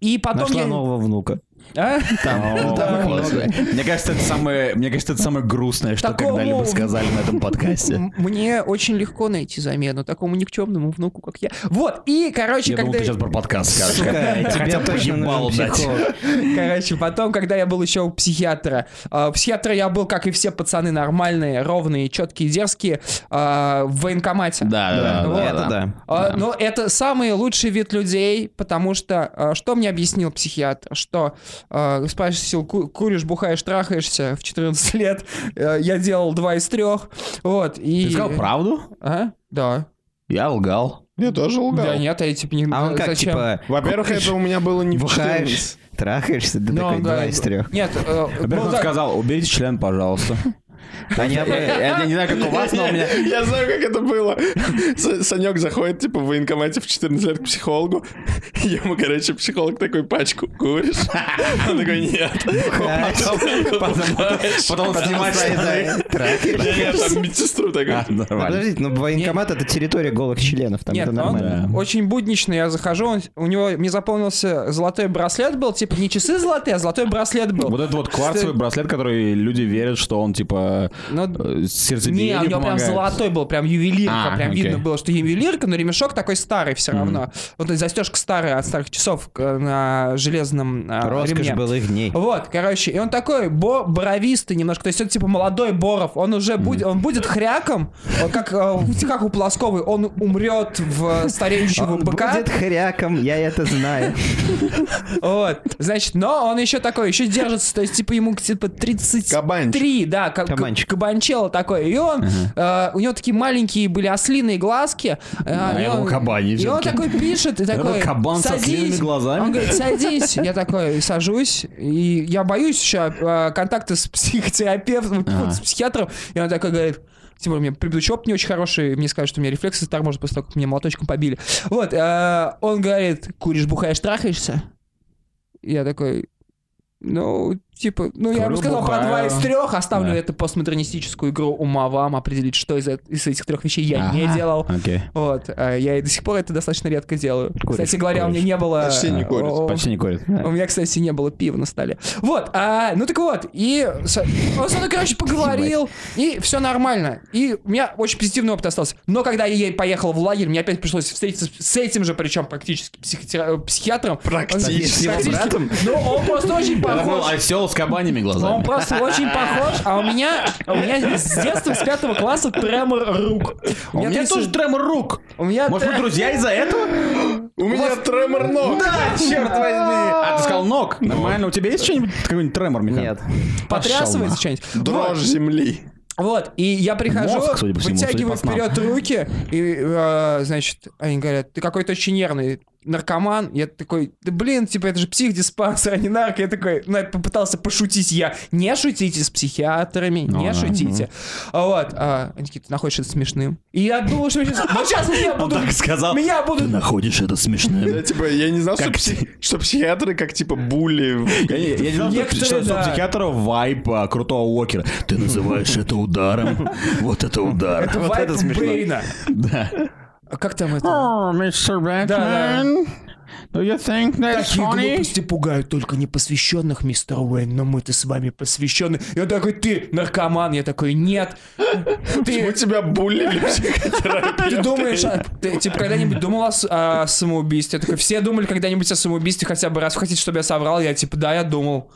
Speaker 6: И
Speaker 5: а
Speaker 6: потом
Speaker 3: Нашла
Speaker 6: я...
Speaker 3: нового внука.
Speaker 6: А?
Speaker 5: О,
Speaker 6: там
Speaker 5: классно. Мне кажется, это самое, мне кажется, это самое грустное, что
Speaker 6: Такому-
Speaker 5: когда-либо сказали на этом подкасте.
Speaker 6: М- Мне очень легко найти замену такому никчемному внуку, как я. Вот, и, короче,
Speaker 5: Я
Speaker 6: когда...
Speaker 5: думал, ты сейчас про подкаст скажешь.
Speaker 3: Сука, тебе точно
Speaker 5: поебал
Speaker 3: нужен
Speaker 5: дать.
Speaker 3: психолог.
Speaker 6: Короче, потом, когда я был еще у психиатра, э, у психиатра я был, как и все пацаны, нормальные, ровные, четкие, дерзкие, э, в военкомате.
Speaker 5: Да, да,
Speaker 3: Ну,
Speaker 5: да,
Speaker 3: Это да.
Speaker 6: А, Но это самый лучший вид людей, потому что а, что мне объяснил психиатр? Что а, спросил, ку- куришь, бухаешь, трахаешься в 14 лет. Э, Я делал два из трех. Вот. И...
Speaker 5: Ты сказал правду?
Speaker 6: А? Да.
Speaker 5: Я лгал.
Speaker 4: Я тоже лгал.
Speaker 6: Да нет, а я типа не...
Speaker 3: А он как,
Speaker 6: зачем?
Speaker 3: типа,
Speaker 4: Во-первых, это у меня было не в
Speaker 3: бухаешь,
Speaker 4: 14.
Speaker 3: трахаешься, ты
Speaker 6: Ну,
Speaker 3: такой,
Speaker 6: да,
Speaker 3: два из трех.
Speaker 6: Нет, э,
Speaker 5: Во-первых,
Speaker 6: ну,
Speaker 5: он
Speaker 6: да,
Speaker 5: сказал, уберите
Speaker 3: *laughs*
Speaker 5: член, пожалуйста.
Speaker 3: Они об-
Speaker 5: Я я не знаю, как у вас, но у меня...
Speaker 4: *laughs* Я знаю, как это было. С- Санек заходит, типа, в военкомате в 14 лет к психологу. *laughs* Ему, короче, психолог такой, пачку куришь? *laughs* Он такой, нет.
Speaker 3: А
Speaker 4: Бухаешь.
Speaker 5: Потом он снимает штаны.
Speaker 4: Я я там *laughs* медсестру такой.
Speaker 5: А, нормально.
Speaker 3: Подождите, ну военкомат это территория голых членов, там
Speaker 6: Нет,
Speaker 3: это
Speaker 5: ну
Speaker 6: но он
Speaker 3: нормально.
Speaker 6: очень буднично, я захожу, он- у него, мне запомнился золотой браслет был, типа не часы золотые, а золотой браслет был.
Speaker 5: Вот этот вот кварцевый браслет, который люди верят, что он типа типа
Speaker 3: Ну,
Speaker 6: Но...
Speaker 5: э, сердцебиение
Speaker 6: Не, у него прям
Speaker 5: помогает.
Speaker 6: золотой был, прям ювелирка,
Speaker 5: А,
Speaker 6: прям видно
Speaker 5: окей.
Speaker 6: было, что ювелирка, но ремешок такой старый все равно. Вот эта застежка старая от старых часов э, на железном
Speaker 5: А,
Speaker 6: э,
Speaker 3: Роскошь
Speaker 6: ремне.
Speaker 3: был их дней.
Speaker 6: Вот, короче, и он такой бо боровистый немножко, то есть это типа молодой Боров, он уже будет, он будет хряком, он как, э, как у Плосковой, он умрет в стареющего
Speaker 3: Он
Speaker 6: быка.
Speaker 3: будет хряком, я это знаю.
Speaker 6: Вот, значит, но он еще такой, еще держится, то есть, типа, ему типа 33,
Speaker 4: Кабанчик.
Speaker 6: да, как
Speaker 3: Кабанчик.
Speaker 6: кабанчело такой, и он, э, у него такие маленькие были ослиные глазки, э, и,
Speaker 5: его
Speaker 6: он,
Speaker 5: кабани
Speaker 6: и он
Speaker 5: всё-таки.
Speaker 6: такой пишет, и такой,
Speaker 5: кабан со
Speaker 6: «Садись».
Speaker 5: ослиными глазами.
Speaker 6: он говорит, садись, я такой, сажусь, и я боюсь еще э, контакта с психотерапевтом,
Speaker 5: Ага.
Speaker 6: с психиатром, и он такой говорит, Типа, у меня предучоп не очень хороший, мне скажут, что у меня рефлексы торможат после того, как меня молоточком побили. Вот, э, он говорит, куришь, бухаешь, трахаешься? Я такой, ну, типа, ну я
Speaker 5: Курю,
Speaker 6: бы сказал про
Speaker 5: бухаю.
Speaker 6: два из трех, оставлю
Speaker 5: Да.
Speaker 6: эту постмодернистическую игру ума вам определить, что из, эт- из этих трех вещей я не
Speaker 5: Ага.
Speaker 6: делал.
Speaker 5: Окей.
Speaker 6: Вот, а я и до сих пор это достаточно редко делаю.
Speaker 5: Куришь,
Speaker 6: Кстати говоря, у
Speaker 5: куришь.
Speaker 6: меня не было... а,
Speaker 4: Почти не курит,
Speaker 6: о,
Speaker 5: Почти не курит.
Speaker 6: у меня, кстати, не было пива на столе. Вот, а, ну так вот, и с- он со мной, короче, поговорил, и все нормально. И у меня очень позитивный опыт остался. Но когда я ей поехал в лагерь, мне опять пришлось встретиться с- с этим же, причем практически психотера- психиатром.
Speaker 4: Практически.
Speaker 6: Он- Ну, он просто очень
Speaker 5: Я
Speaker 6: похож.
Speaker 5: думал, а осел с кабанями
Speaker 6: Ну, Он
Speaker 5: глазами.
Speaker 6: просто очень похож, а у меня, у меня с детства, с пятого класса тремор рук.
Speaker 5: У меня
Speaker 6: тряс-
Speaker 5: тоже тремор рук.
Speaker 6: У меня
Speaker 5: Может, мы
Speaker 6: тре-
Speaker 5: друзья из-за этого?
Speaker 4: У меня тремор ног.
Speaker 5: Да, черт возьми. А ты сказал ног. Нормально. У тебя есть что-нибудь, какой-нибудь тремор, Михаил?
Speaker 3: Ну. Нет.
Speaker 6: потрясывается что-нибудь.
Speaker 4: Дрожь земли.
Speaker 6: Вот, и я прихожу,
Speaker 5: Мозг, судя по всему,
Speaker 6: вытягиваю
Speaker 5: судя по снам.
Speaker 6: вперед руки, и, э, значит, они говорят, ты какой-то очень нервный наркоман. Я такой, да блин, типа, это же психдиспансер, а не нарко. Я такой, ну, я попытался пошутить. Я, не шутите с психиатрами, не
Speaker 5: Ну да.
Speaker 6: шутите. А Вот, а, они такие, ты находишь это смешным. И я думал, что сейчас, вот сейчас меня будут,
Speaker 5: сказал.
Speaker 6: меня будут
Speaker 5: находишь это смешным.
Speaker 4: Я, типа, я не знал, что,
Speaker 5: Как
Speaker 4: пси- что психиатры как, типа, були.
Speaker 5: Я, я- я не знал, что,
Speaker 6: Некоторые,
Speaker 5: что- что у
Speaker 6: да.
Speaker 5: психиатра вайп а, крутого Уокера. Ты называешь это ударом? Вот это удар.
Speaker 6: вот
Speaker 3: это смешно.
Speaker 6: Бэйна.
Speaker 5: Да.
Speaker 6: А Как там это?
Speaker 5: мистер
Speaker 6: Бэтмен,
Speaker 5: do you think that's
Speaker 6: Такие глупости пугают только непосвященных, мистер Уэйн, но мы-то с вами посвящены. Я такой, ты наркоман, я такой, нет.
Speaker 4: Почему
Speaker 6: Ты,
Speaker 4: тебя булили психотерапевты?
Speaker 6: *laughs* ты думаешь, о- ты типа когда-нибудь думал о, с- о самоубийстве? Я такой, все думали когда-нибудь о самоубийстве хотя бы раз. Вы хотите, чтобы я соврал? Я типа, да, я думал.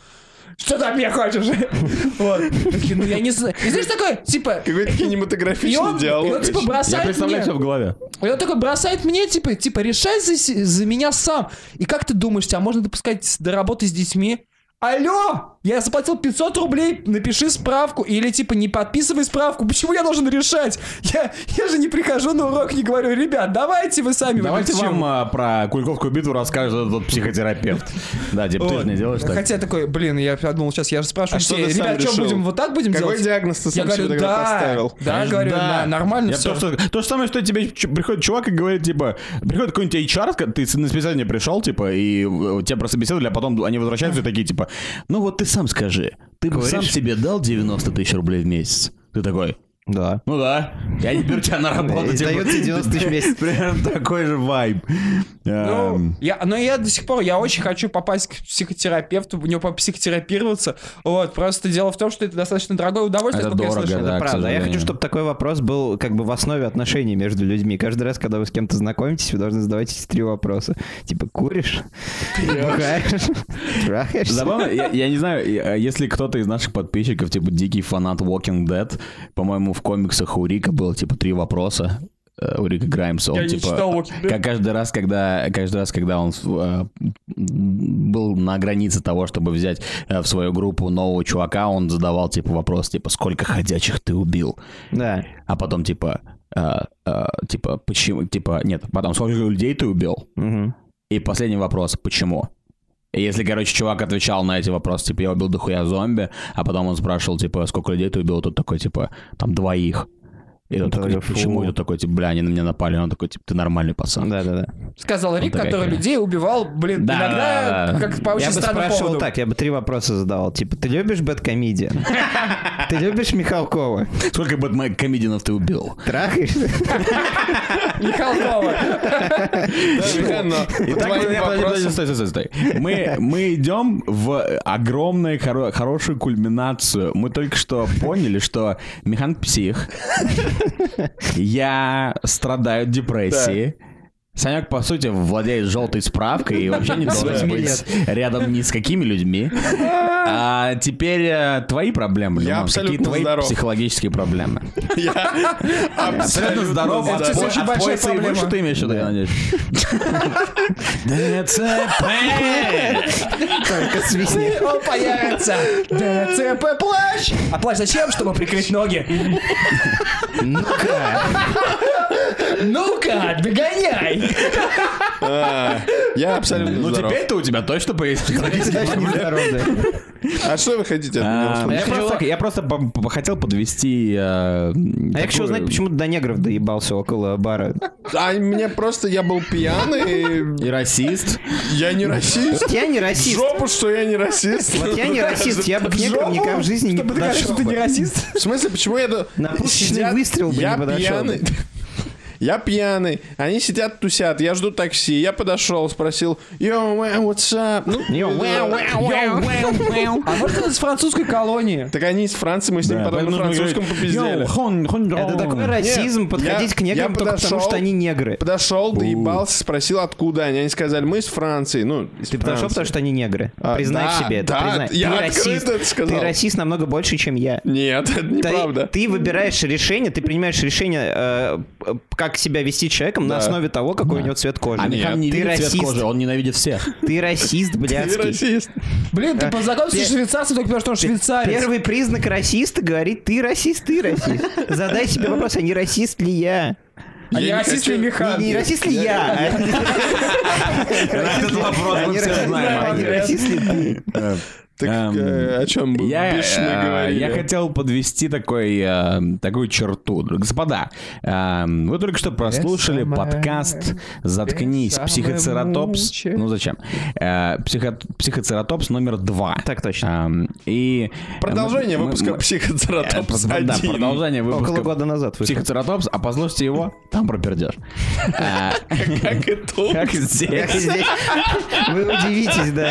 Speaker 6: Что ты от меня хочешь? *laughs* Вот. Я такой, Ну я не знаю. И знаешь, такой, типа,
Speaker 4: Какой-то
Speaker 6: и он,
Speaker 4: кинематографичный
Speaker 6: и он,
Speaker 4: диалог.
Speaker 6: типа
Speaker 5: Я
Speaker 6: бросает
Speaker 5: представляю
Speaker 6: мне.
Speaker 5: все в голове.
Speaker 6: И он такой бросает мне, типа, типа, решай за, се- за меня сам. И как ты думаешь, тебя можно допускать с- до работы с детьми? Алло! Я заплатил 500 рублей, напиши справку. Или, типа, не подписывай справку. Почему я должен решать? Я, я же не прихожу на урок, не говорю, ребят, давайте вы сами.
Speaker 5: Давайте
Speaker 6: выберите,
Speaker 5: вам
Speaker 6: чем».
Speaker 5: а, про Кульковскую битву расскажет этот психотерапевт. Да, типа, ты
Speaker 6: Вот.
Speaker 5: же не делаешь так.
Speaker 6: Хотя я такой, блин, я подумал, сейчас я же спрашиваю,
Speaker 4: А что
Speaker 6: все,
Speaker 4: ты сам
Speaker 6: ребят, что
Speaker 4: решил?
Speaker 6: будем, вот так будем
Speaker 4: Какой
Speaker 6: делать?
Speaker 4: диагноз ты
Speaker 6: я
Speaker 4: сам
Speaker 6: говорю,
Speaker 4: себе
Speaker 6: да,
Speaker 4: тогда поставил?
Speaker 6: да, говорю,
Speaker 5: Да.
Speaker 6: на- нормально
Speaker 5: Я
Speaker 6: все.
Speaker 5: То, что- то же самое, что тебе ч- приходит чувак и говорит, типа, приходит какой-нибудь HR, ска- ты с- на собеседование пришел, типа, и э, тебя прособеседовали, а потом они возвращаются и такие, типа, ну вот ты сам скажи, ты бы сам себе дал 90 тысяч рублей в месяц? Ты такой,
Speaker 3: Да.
Speaker 5: ну *laughs* да, я не беру
Speaker 6: *laughs*
Speaker 5: тебя на работу.
Speaker 3: И
Speaker 5: типа.
Speaker 3: дают тебе 90 тысяч в
Speaker 5: *laughs*
Speaker 3: месяц.
Speaker 5: Примерно такой же вайб.
Speaker 6: Ну,
Speaker 5: Эм,
Speaker 6: я, но я до сих пор, я очень хочу попасть к психотерапевту, у него попсихотерапироваться. Вот, просто дело в том, что это достаточно дорогое удовольствие,
Speaker 5: Это
Speaker 6: насколько я
Speaker 5: дорого,
Speaker 6: слышал.
Speaker 5: да,
Speaker 3: Это
Speaker 5: к
Speaker 3: правда. Я
Speaker 5: сожалению.
Speaker 3: хочу, чтобы такой вопрос был как бы в основе отношений между людьми. Каждый раз, когда вы с кем-то знакомитесь, вы должны задавать эти три вопроса. Типа, куришь? Бухаешь? Трахаешься?
Speaker 5: Забавно, я, я не знаю, я- если кто-то из наших подписчиков, типа, дикий фанат Walking Dead, по-моему, в комиксах у Рика было, типа, три вопроса. э, У Рика Граймса. Он,
Speaker 6: Я не
Speaker 5: типа,
Speaker 6: читал Walking Dead.
Speaker 5: как каждый раз, когда, каждый раз, когда он э, был на границе того, чтобы взять э, в свою группу нового чувака, он задавал, типа, вопрос, типа, сколько ходячих ты убил?
Speaker 3: Да.
Speaker 5: А потом, типа, э, э, типа, почему, типа, нет, потом, сколько людей ты убил?
Speaker 3: Мгм.
Speaker 5: И последний вопрос, почему? И Если, короче, чувак отвечал на эти вопросы, типа, я убил дохуя зомби, а потом он спрашивал, типа, сколько людей ты убил, тут такой, типа, там, двоих. И он
Speaker 3: Это
Speaker 5: такой,
Speaker 3: такой,
Speaker 5: почему
Speaker 3: фу.
Speaker 5: это такой, типа, бля, они на меня напали, он такой, типа, ты нормальный пацан.
Speaker 3: Да-да-да.
Speaker 6: Сказал Рик,
Speaker 5: такая
Speaker 6: который
Speaker 5: херня.
Speaker 6: людей убивал, блин,
Speaker 5: Да,
Speaker 6: иногда
Speaker 5: да, да.
Speaker 6: как по
Speaker 3: я
Speaker 6: очень
Speaker 3: бы
Speaker 6: странным
Speaker 3: спрашивал
Speaker 6: поводам.
Speaker 3: так, я бы три вопроса задавал. Типа, ты любишь бэткомедиан? *laughs* Ты любишь Михалкова?
Speaker 5: Сколько бэтмен-комедианов ты убил?
Speaker 3: *laughs* Трахаешься?
Speaker 6: Михалкова.
Speaker 4: Да, но
Speaker 5: Итак,
Speaker 4: по твоим
Speaker 5: подожди, подожди,
Speaker 4: вопросам-
Speaker 5: подожди, стой, стой, стой, стой. Мы, мы идем в огромную хоро- хорошую кульминацию. Мы только что поняли, что Михан псих. Я страдаю от депрессии. Санек, по сути, владеет желтой справкой и вообще не должен быть рядом ни с какими людьми. А теперь э, твои проблемы,
Speaker 4: Я
Speaker 5: Лимон.
Speaker 4: абсолютно
Speaker 5: Какие твои
Speaker 4: здоров.
Speaker 5: психологические проблемы?
Speaker 4: Я
Speaker 5: Абсолютно здоров. а, типа, От
Speaker 6: здоров. Это
Speaker 5: по-
Speaker 6: очень
Speaker 5: от
Speaker 6: большая
Speaker 5: пояса и
Speaker 6: проблема.
Speaker 5: выше ты имеешь в виду, я надеюсь. ДЦП!
Speaker 3: Только свистни.
Speaker 6: Он появится. ДЦП плащ. А плащ зачем? Чтобы прикрыть ноги.
Speaker 3: Ну-ка.
Speaker 6: Ну-ка, догоняй.
Speaker 4: А, Я абсолютно
Speaker 5: Ну
Speaker 4: здоров.
Speaker 5: теперь-то у тебя точно появится психологический
Speaker 3: Знаешь, нездоровый.
Speaker 4: А что вы хотите от меня услышать?
Speaker 5: я, просто, я просто б- б- хотел подвести... А
Speaker 3: А я хочу узнать, почему ты до негров доебался около бара.
Speaker 4: А мне просто я был пьяный, и
Speaker 5: И расист.
Speaker 4: я не расист.
Speaker 3: Я не
Speaker 4: В
Speaker 3: расист.
Speaker 4: Жопу, что я не расист.
Speaker 3: Вот я не расист, я бы к неграм никогда в жизни не подошел. бы.
Speaker 6: расист?
Speaker 4: В смысле, почему я... до-
Speaker 3: На пушечный
Speaker 4: Сидят-
Speaker 3: выстрел бы
Speaker 4: Я
Speaker 3: не подошел
Speaker 4: пьяный.
Speaker 3: бы.
Speaker 4: Я пьяный, они сидят, тусят, я жду такси, я подошел, спросил, йоу, man, what's up? Ну,
Speaker 3: Йоу,
Speaker 4: э,
Speaker 6: А может, он из французской колонии?
Speaker 4: Так они из Франции, мы с ним потом на французском попиздели.
Speaker 3: Это такой расизм,
Speaker 4: Нет,
Speaker 3: подходить
Speaker 4: я-
Speaker 3: к неграм
Speaker 4: я
Speaker 3: только потому,
Speaker 4: подошел.
Speaker 3: что они негры.
Speaker 4: Подошел, доебался, спросил, откуда они. Они сказали, мы из Франции. Ну, из
Speaker 3: Ты подошел, потому
Speaker 4: Франции.
Speaker 3: что они негры.
Speaker 4: А,
Speaker 3: Признай
Speaker 4: да,
Speaker 3: себе это.
Speaker 4: да,
Speaker 3: признай.
Speaker 4: я
Speaker 3: ты
Speaker 4: открыто
Speaker 3: расист.
Speaker 4: это сказал.
Speaker 3: Ты расист намного больше, чем я.
Speaker 4: Нет, это
Speaker 3: Ты-
Speaker 4: неправда.
Speaker 3: Ты, выбираешь решение, ты принимаешь решение, э, э, как себя вести человеком на основе того, какой у него цвет кожи.
Speaker 5: А Михан не
Speaker 3: ты
Speaker 5: видит цвет
Speaker 3: расист.
Speaker 5: кожи, он ненавидит всех.
Speaker 3: Ты расист,
Speaker 4: Ты
Speaker 3: блядский.
Speaker 4: расист.
Speaker 6: Блин, ты познакомился с швейцарцем только потому, что он швейцарец.
Speaker 3: Э, Первый признак расиста говорит, ты расист, ты расист. Задай себе вопрос, а не расист ли я?
Speaker 4: Я
Speaker 6: А я
Speaker 4: не
Speaker 6: расист ли
Speaker 4: хочу-
Speaker 3: Не,
Speaker 6: Михан?
Speaker 3: не расист ли я?
Speaker 5: Этот вопрос
Speaker 3: А не расист- а не расист ли ты?
Speaker 4: Так
Speaker 5: Эм,
Speaker 4: э, о чем бы
Speaker 5: Я,
Speaker 4: бешеные
Speaker 5: э,
Speaker 4: говорили?
Speaker 5: я хотел подвести такой, э, такую черту. Господа, э, вы только что прослушали
Speaker 6: самое-
Speaker 5: подкаст «Заткнись.
Speaker 6: самое
Speaker 5: Психоцератопс».
Speaker 6: мучает.
Speaker 5: Ну зачем? Э, психо- Психоцератопс номер два.
Speaker 3: Так точно.
Speaker 5: Эм, И
Speaker 4: Продолжение
Speaker 5: мы- мы-
Speaker 4: выпуска
Speaker 5: мы- э,
Speaker 4: «Психоцератопс
Speaker 5: про- да,
Speaker 4: 1».
Speaker 5: продолжение
Speaker 3: Около
Speaker 5: выпуска
Speaker 3: года назад вышел.
Speaker 5: «Психоцератопс», а послушайте его, там пропердешь. Э,
Speaker 4: Как и тут.
Speaker 5: Как
Speaker 4: *laughs*
Speaker 5: здесь. *laughs*
Speaker 3: Как и здесь. Вы удивитесь, да.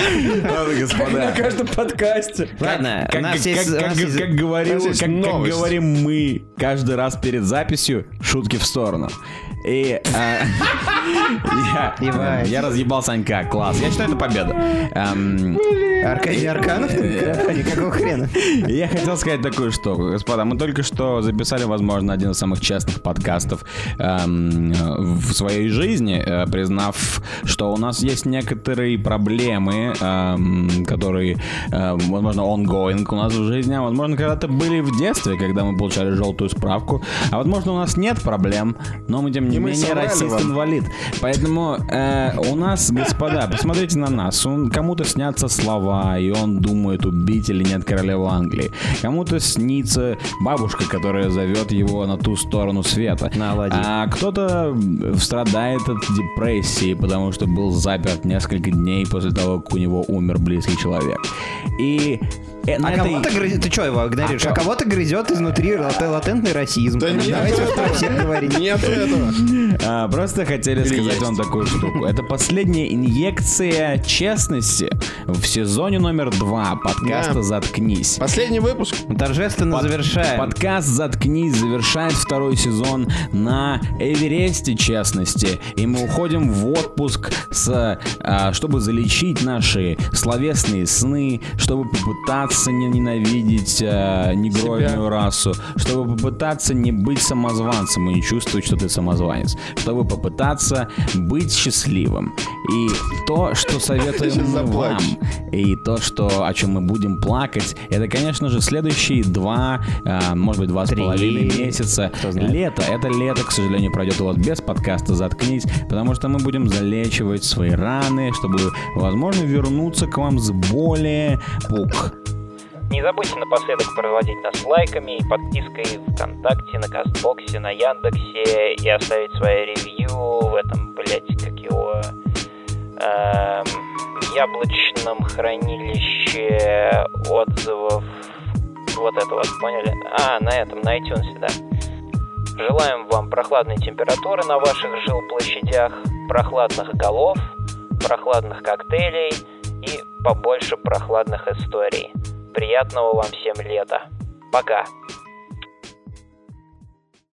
Speaker 5: Ладно,
Speaker 4: *laughs*
Speaker 5: господа.
Speaker 6: каждом подкасте.
Speaker 3: Ладно, у
Speaker 5: Как,
Speaker 3: нас
Speaker 5: как-
Speaker 3: есть-
Speaker 5: как-
Speaker 3: у нас
Speaker 5: как-
Speaker 3: есть-
Speaker 5: как говорил-
Speaker 4: у нас есть
Speaker 5: как- как
Speaker 4: новость.
Speaker 5: говорим мы каждый раз перед записью, шутки в сторону. И а, я-
Speaker 3: Ебать.
Speaker 5: я разъебал Санька, класс. Я считаю, это победа. Эм,
Speaker 3: Аркадий Арканов? Аркадий, Какого хрена?
Speaker 5: и Я хотел сказать такую штуку. Господа, мы только что записали, возможно, один из самых честных подкастов эм, э, в своей жизни, э, признав, что у нас есть некоторые проблемы, эм, которые, э, возможно, ongoing у нас в жизни, а, возможно, когда-то были в детстве, когда мы получали желтую справку, а, возможно, у нас нет проблем, но мы, тем не
Speaker 4: И мы
Speaker 5: менее,
Speaker 4: соврали вам.
Speaker 5: расист инвалид. Поэтому э, у нас, господа, посмотрите на нас. Он, кому-то снятся слова, и он думает, убить или нет королеву Англии. Кому-то снится бабушка, которая зовет его на ту сторону света.
Speaker 3: На оладьи.
Speaker 5: А кто-то м, страдает от депрессии, потому что был заперт несколько дней после того, как у него умер близкий человек. И э, на
Speaker 3: А
Speaker 5: этой-
Speaker 3: кого-то грызет... Ты что его игнорируешь?
Speaker 5: А
Speaker 3: А
Speaker 5: кого?
Speaker 3: кого-то грызет изнутри лат- латентный расизм.
Speaker 4: Да нет
Speaker 3: Давайте вот
Speaker 4: этого.
Speaker 3: про всех говорить.
Speaker 4: Нет этого.
Speaker 5: А, Просто хотели сказать
Speaker 4: есть.
Speaker 5: вам такую штуку. Это последняя инъекция честности в сезоне номер два подкаста
Speaker 4: Да.
Speaker 5: «Заткнись».
Speaker 4: Последний выпуск.
Speaker 3: Торжественно
Speaker 5: Под-
Speaker 3: завершаем.
Speaker 5: Подкаст «Заткнись» завершает второй сезон на Эвересте, честности. И мы уходим в отпуск, с, а, чтобы залечить наши словесные сны, чтобы попытаться не ненавидеть а, негроидную расу, чтобы попытаться не быть самозванцем и не чувствовать, что ты самозванец, чтобы попытаться быть счастливым. И то, что
Speaker 4: Ты
Speaker 5: советуем
Speaker 4: щас
Speaker 5: мы вам,
Speaker 4: заплачешь.
Speaker 5: и то, что, о чем мы будем плакать, это, конечно же, следующие два, э, может быть, два
Speaker 3: Три.
Speaker 5: с половиной месяца.
Speaker 3: Кто знает.
Speaker 5: Лето. Это лето, к сожалению, пройдет у вас без подкаста «Заткнись», потому что мы будем залечивать свои раны, чтобы, возможно, вернуться к вам с более пук.
Speaker 3: Не забудьте напоследок проводить нас лайками и подпиской ВКонтакте, на Кастбоксе, на Яндексе и оставить свои ревью в этом, блять, как его, эм, яблочном хранилище отзывов. Вот это вот, поняли? А, на этом, на iTunes, да. Желаем вам прохладной температуры на ваших жилплощадях, прохладных голов, прохладных коктейлей и побольше прохладных историй. Приятного вам всем лета. Пока.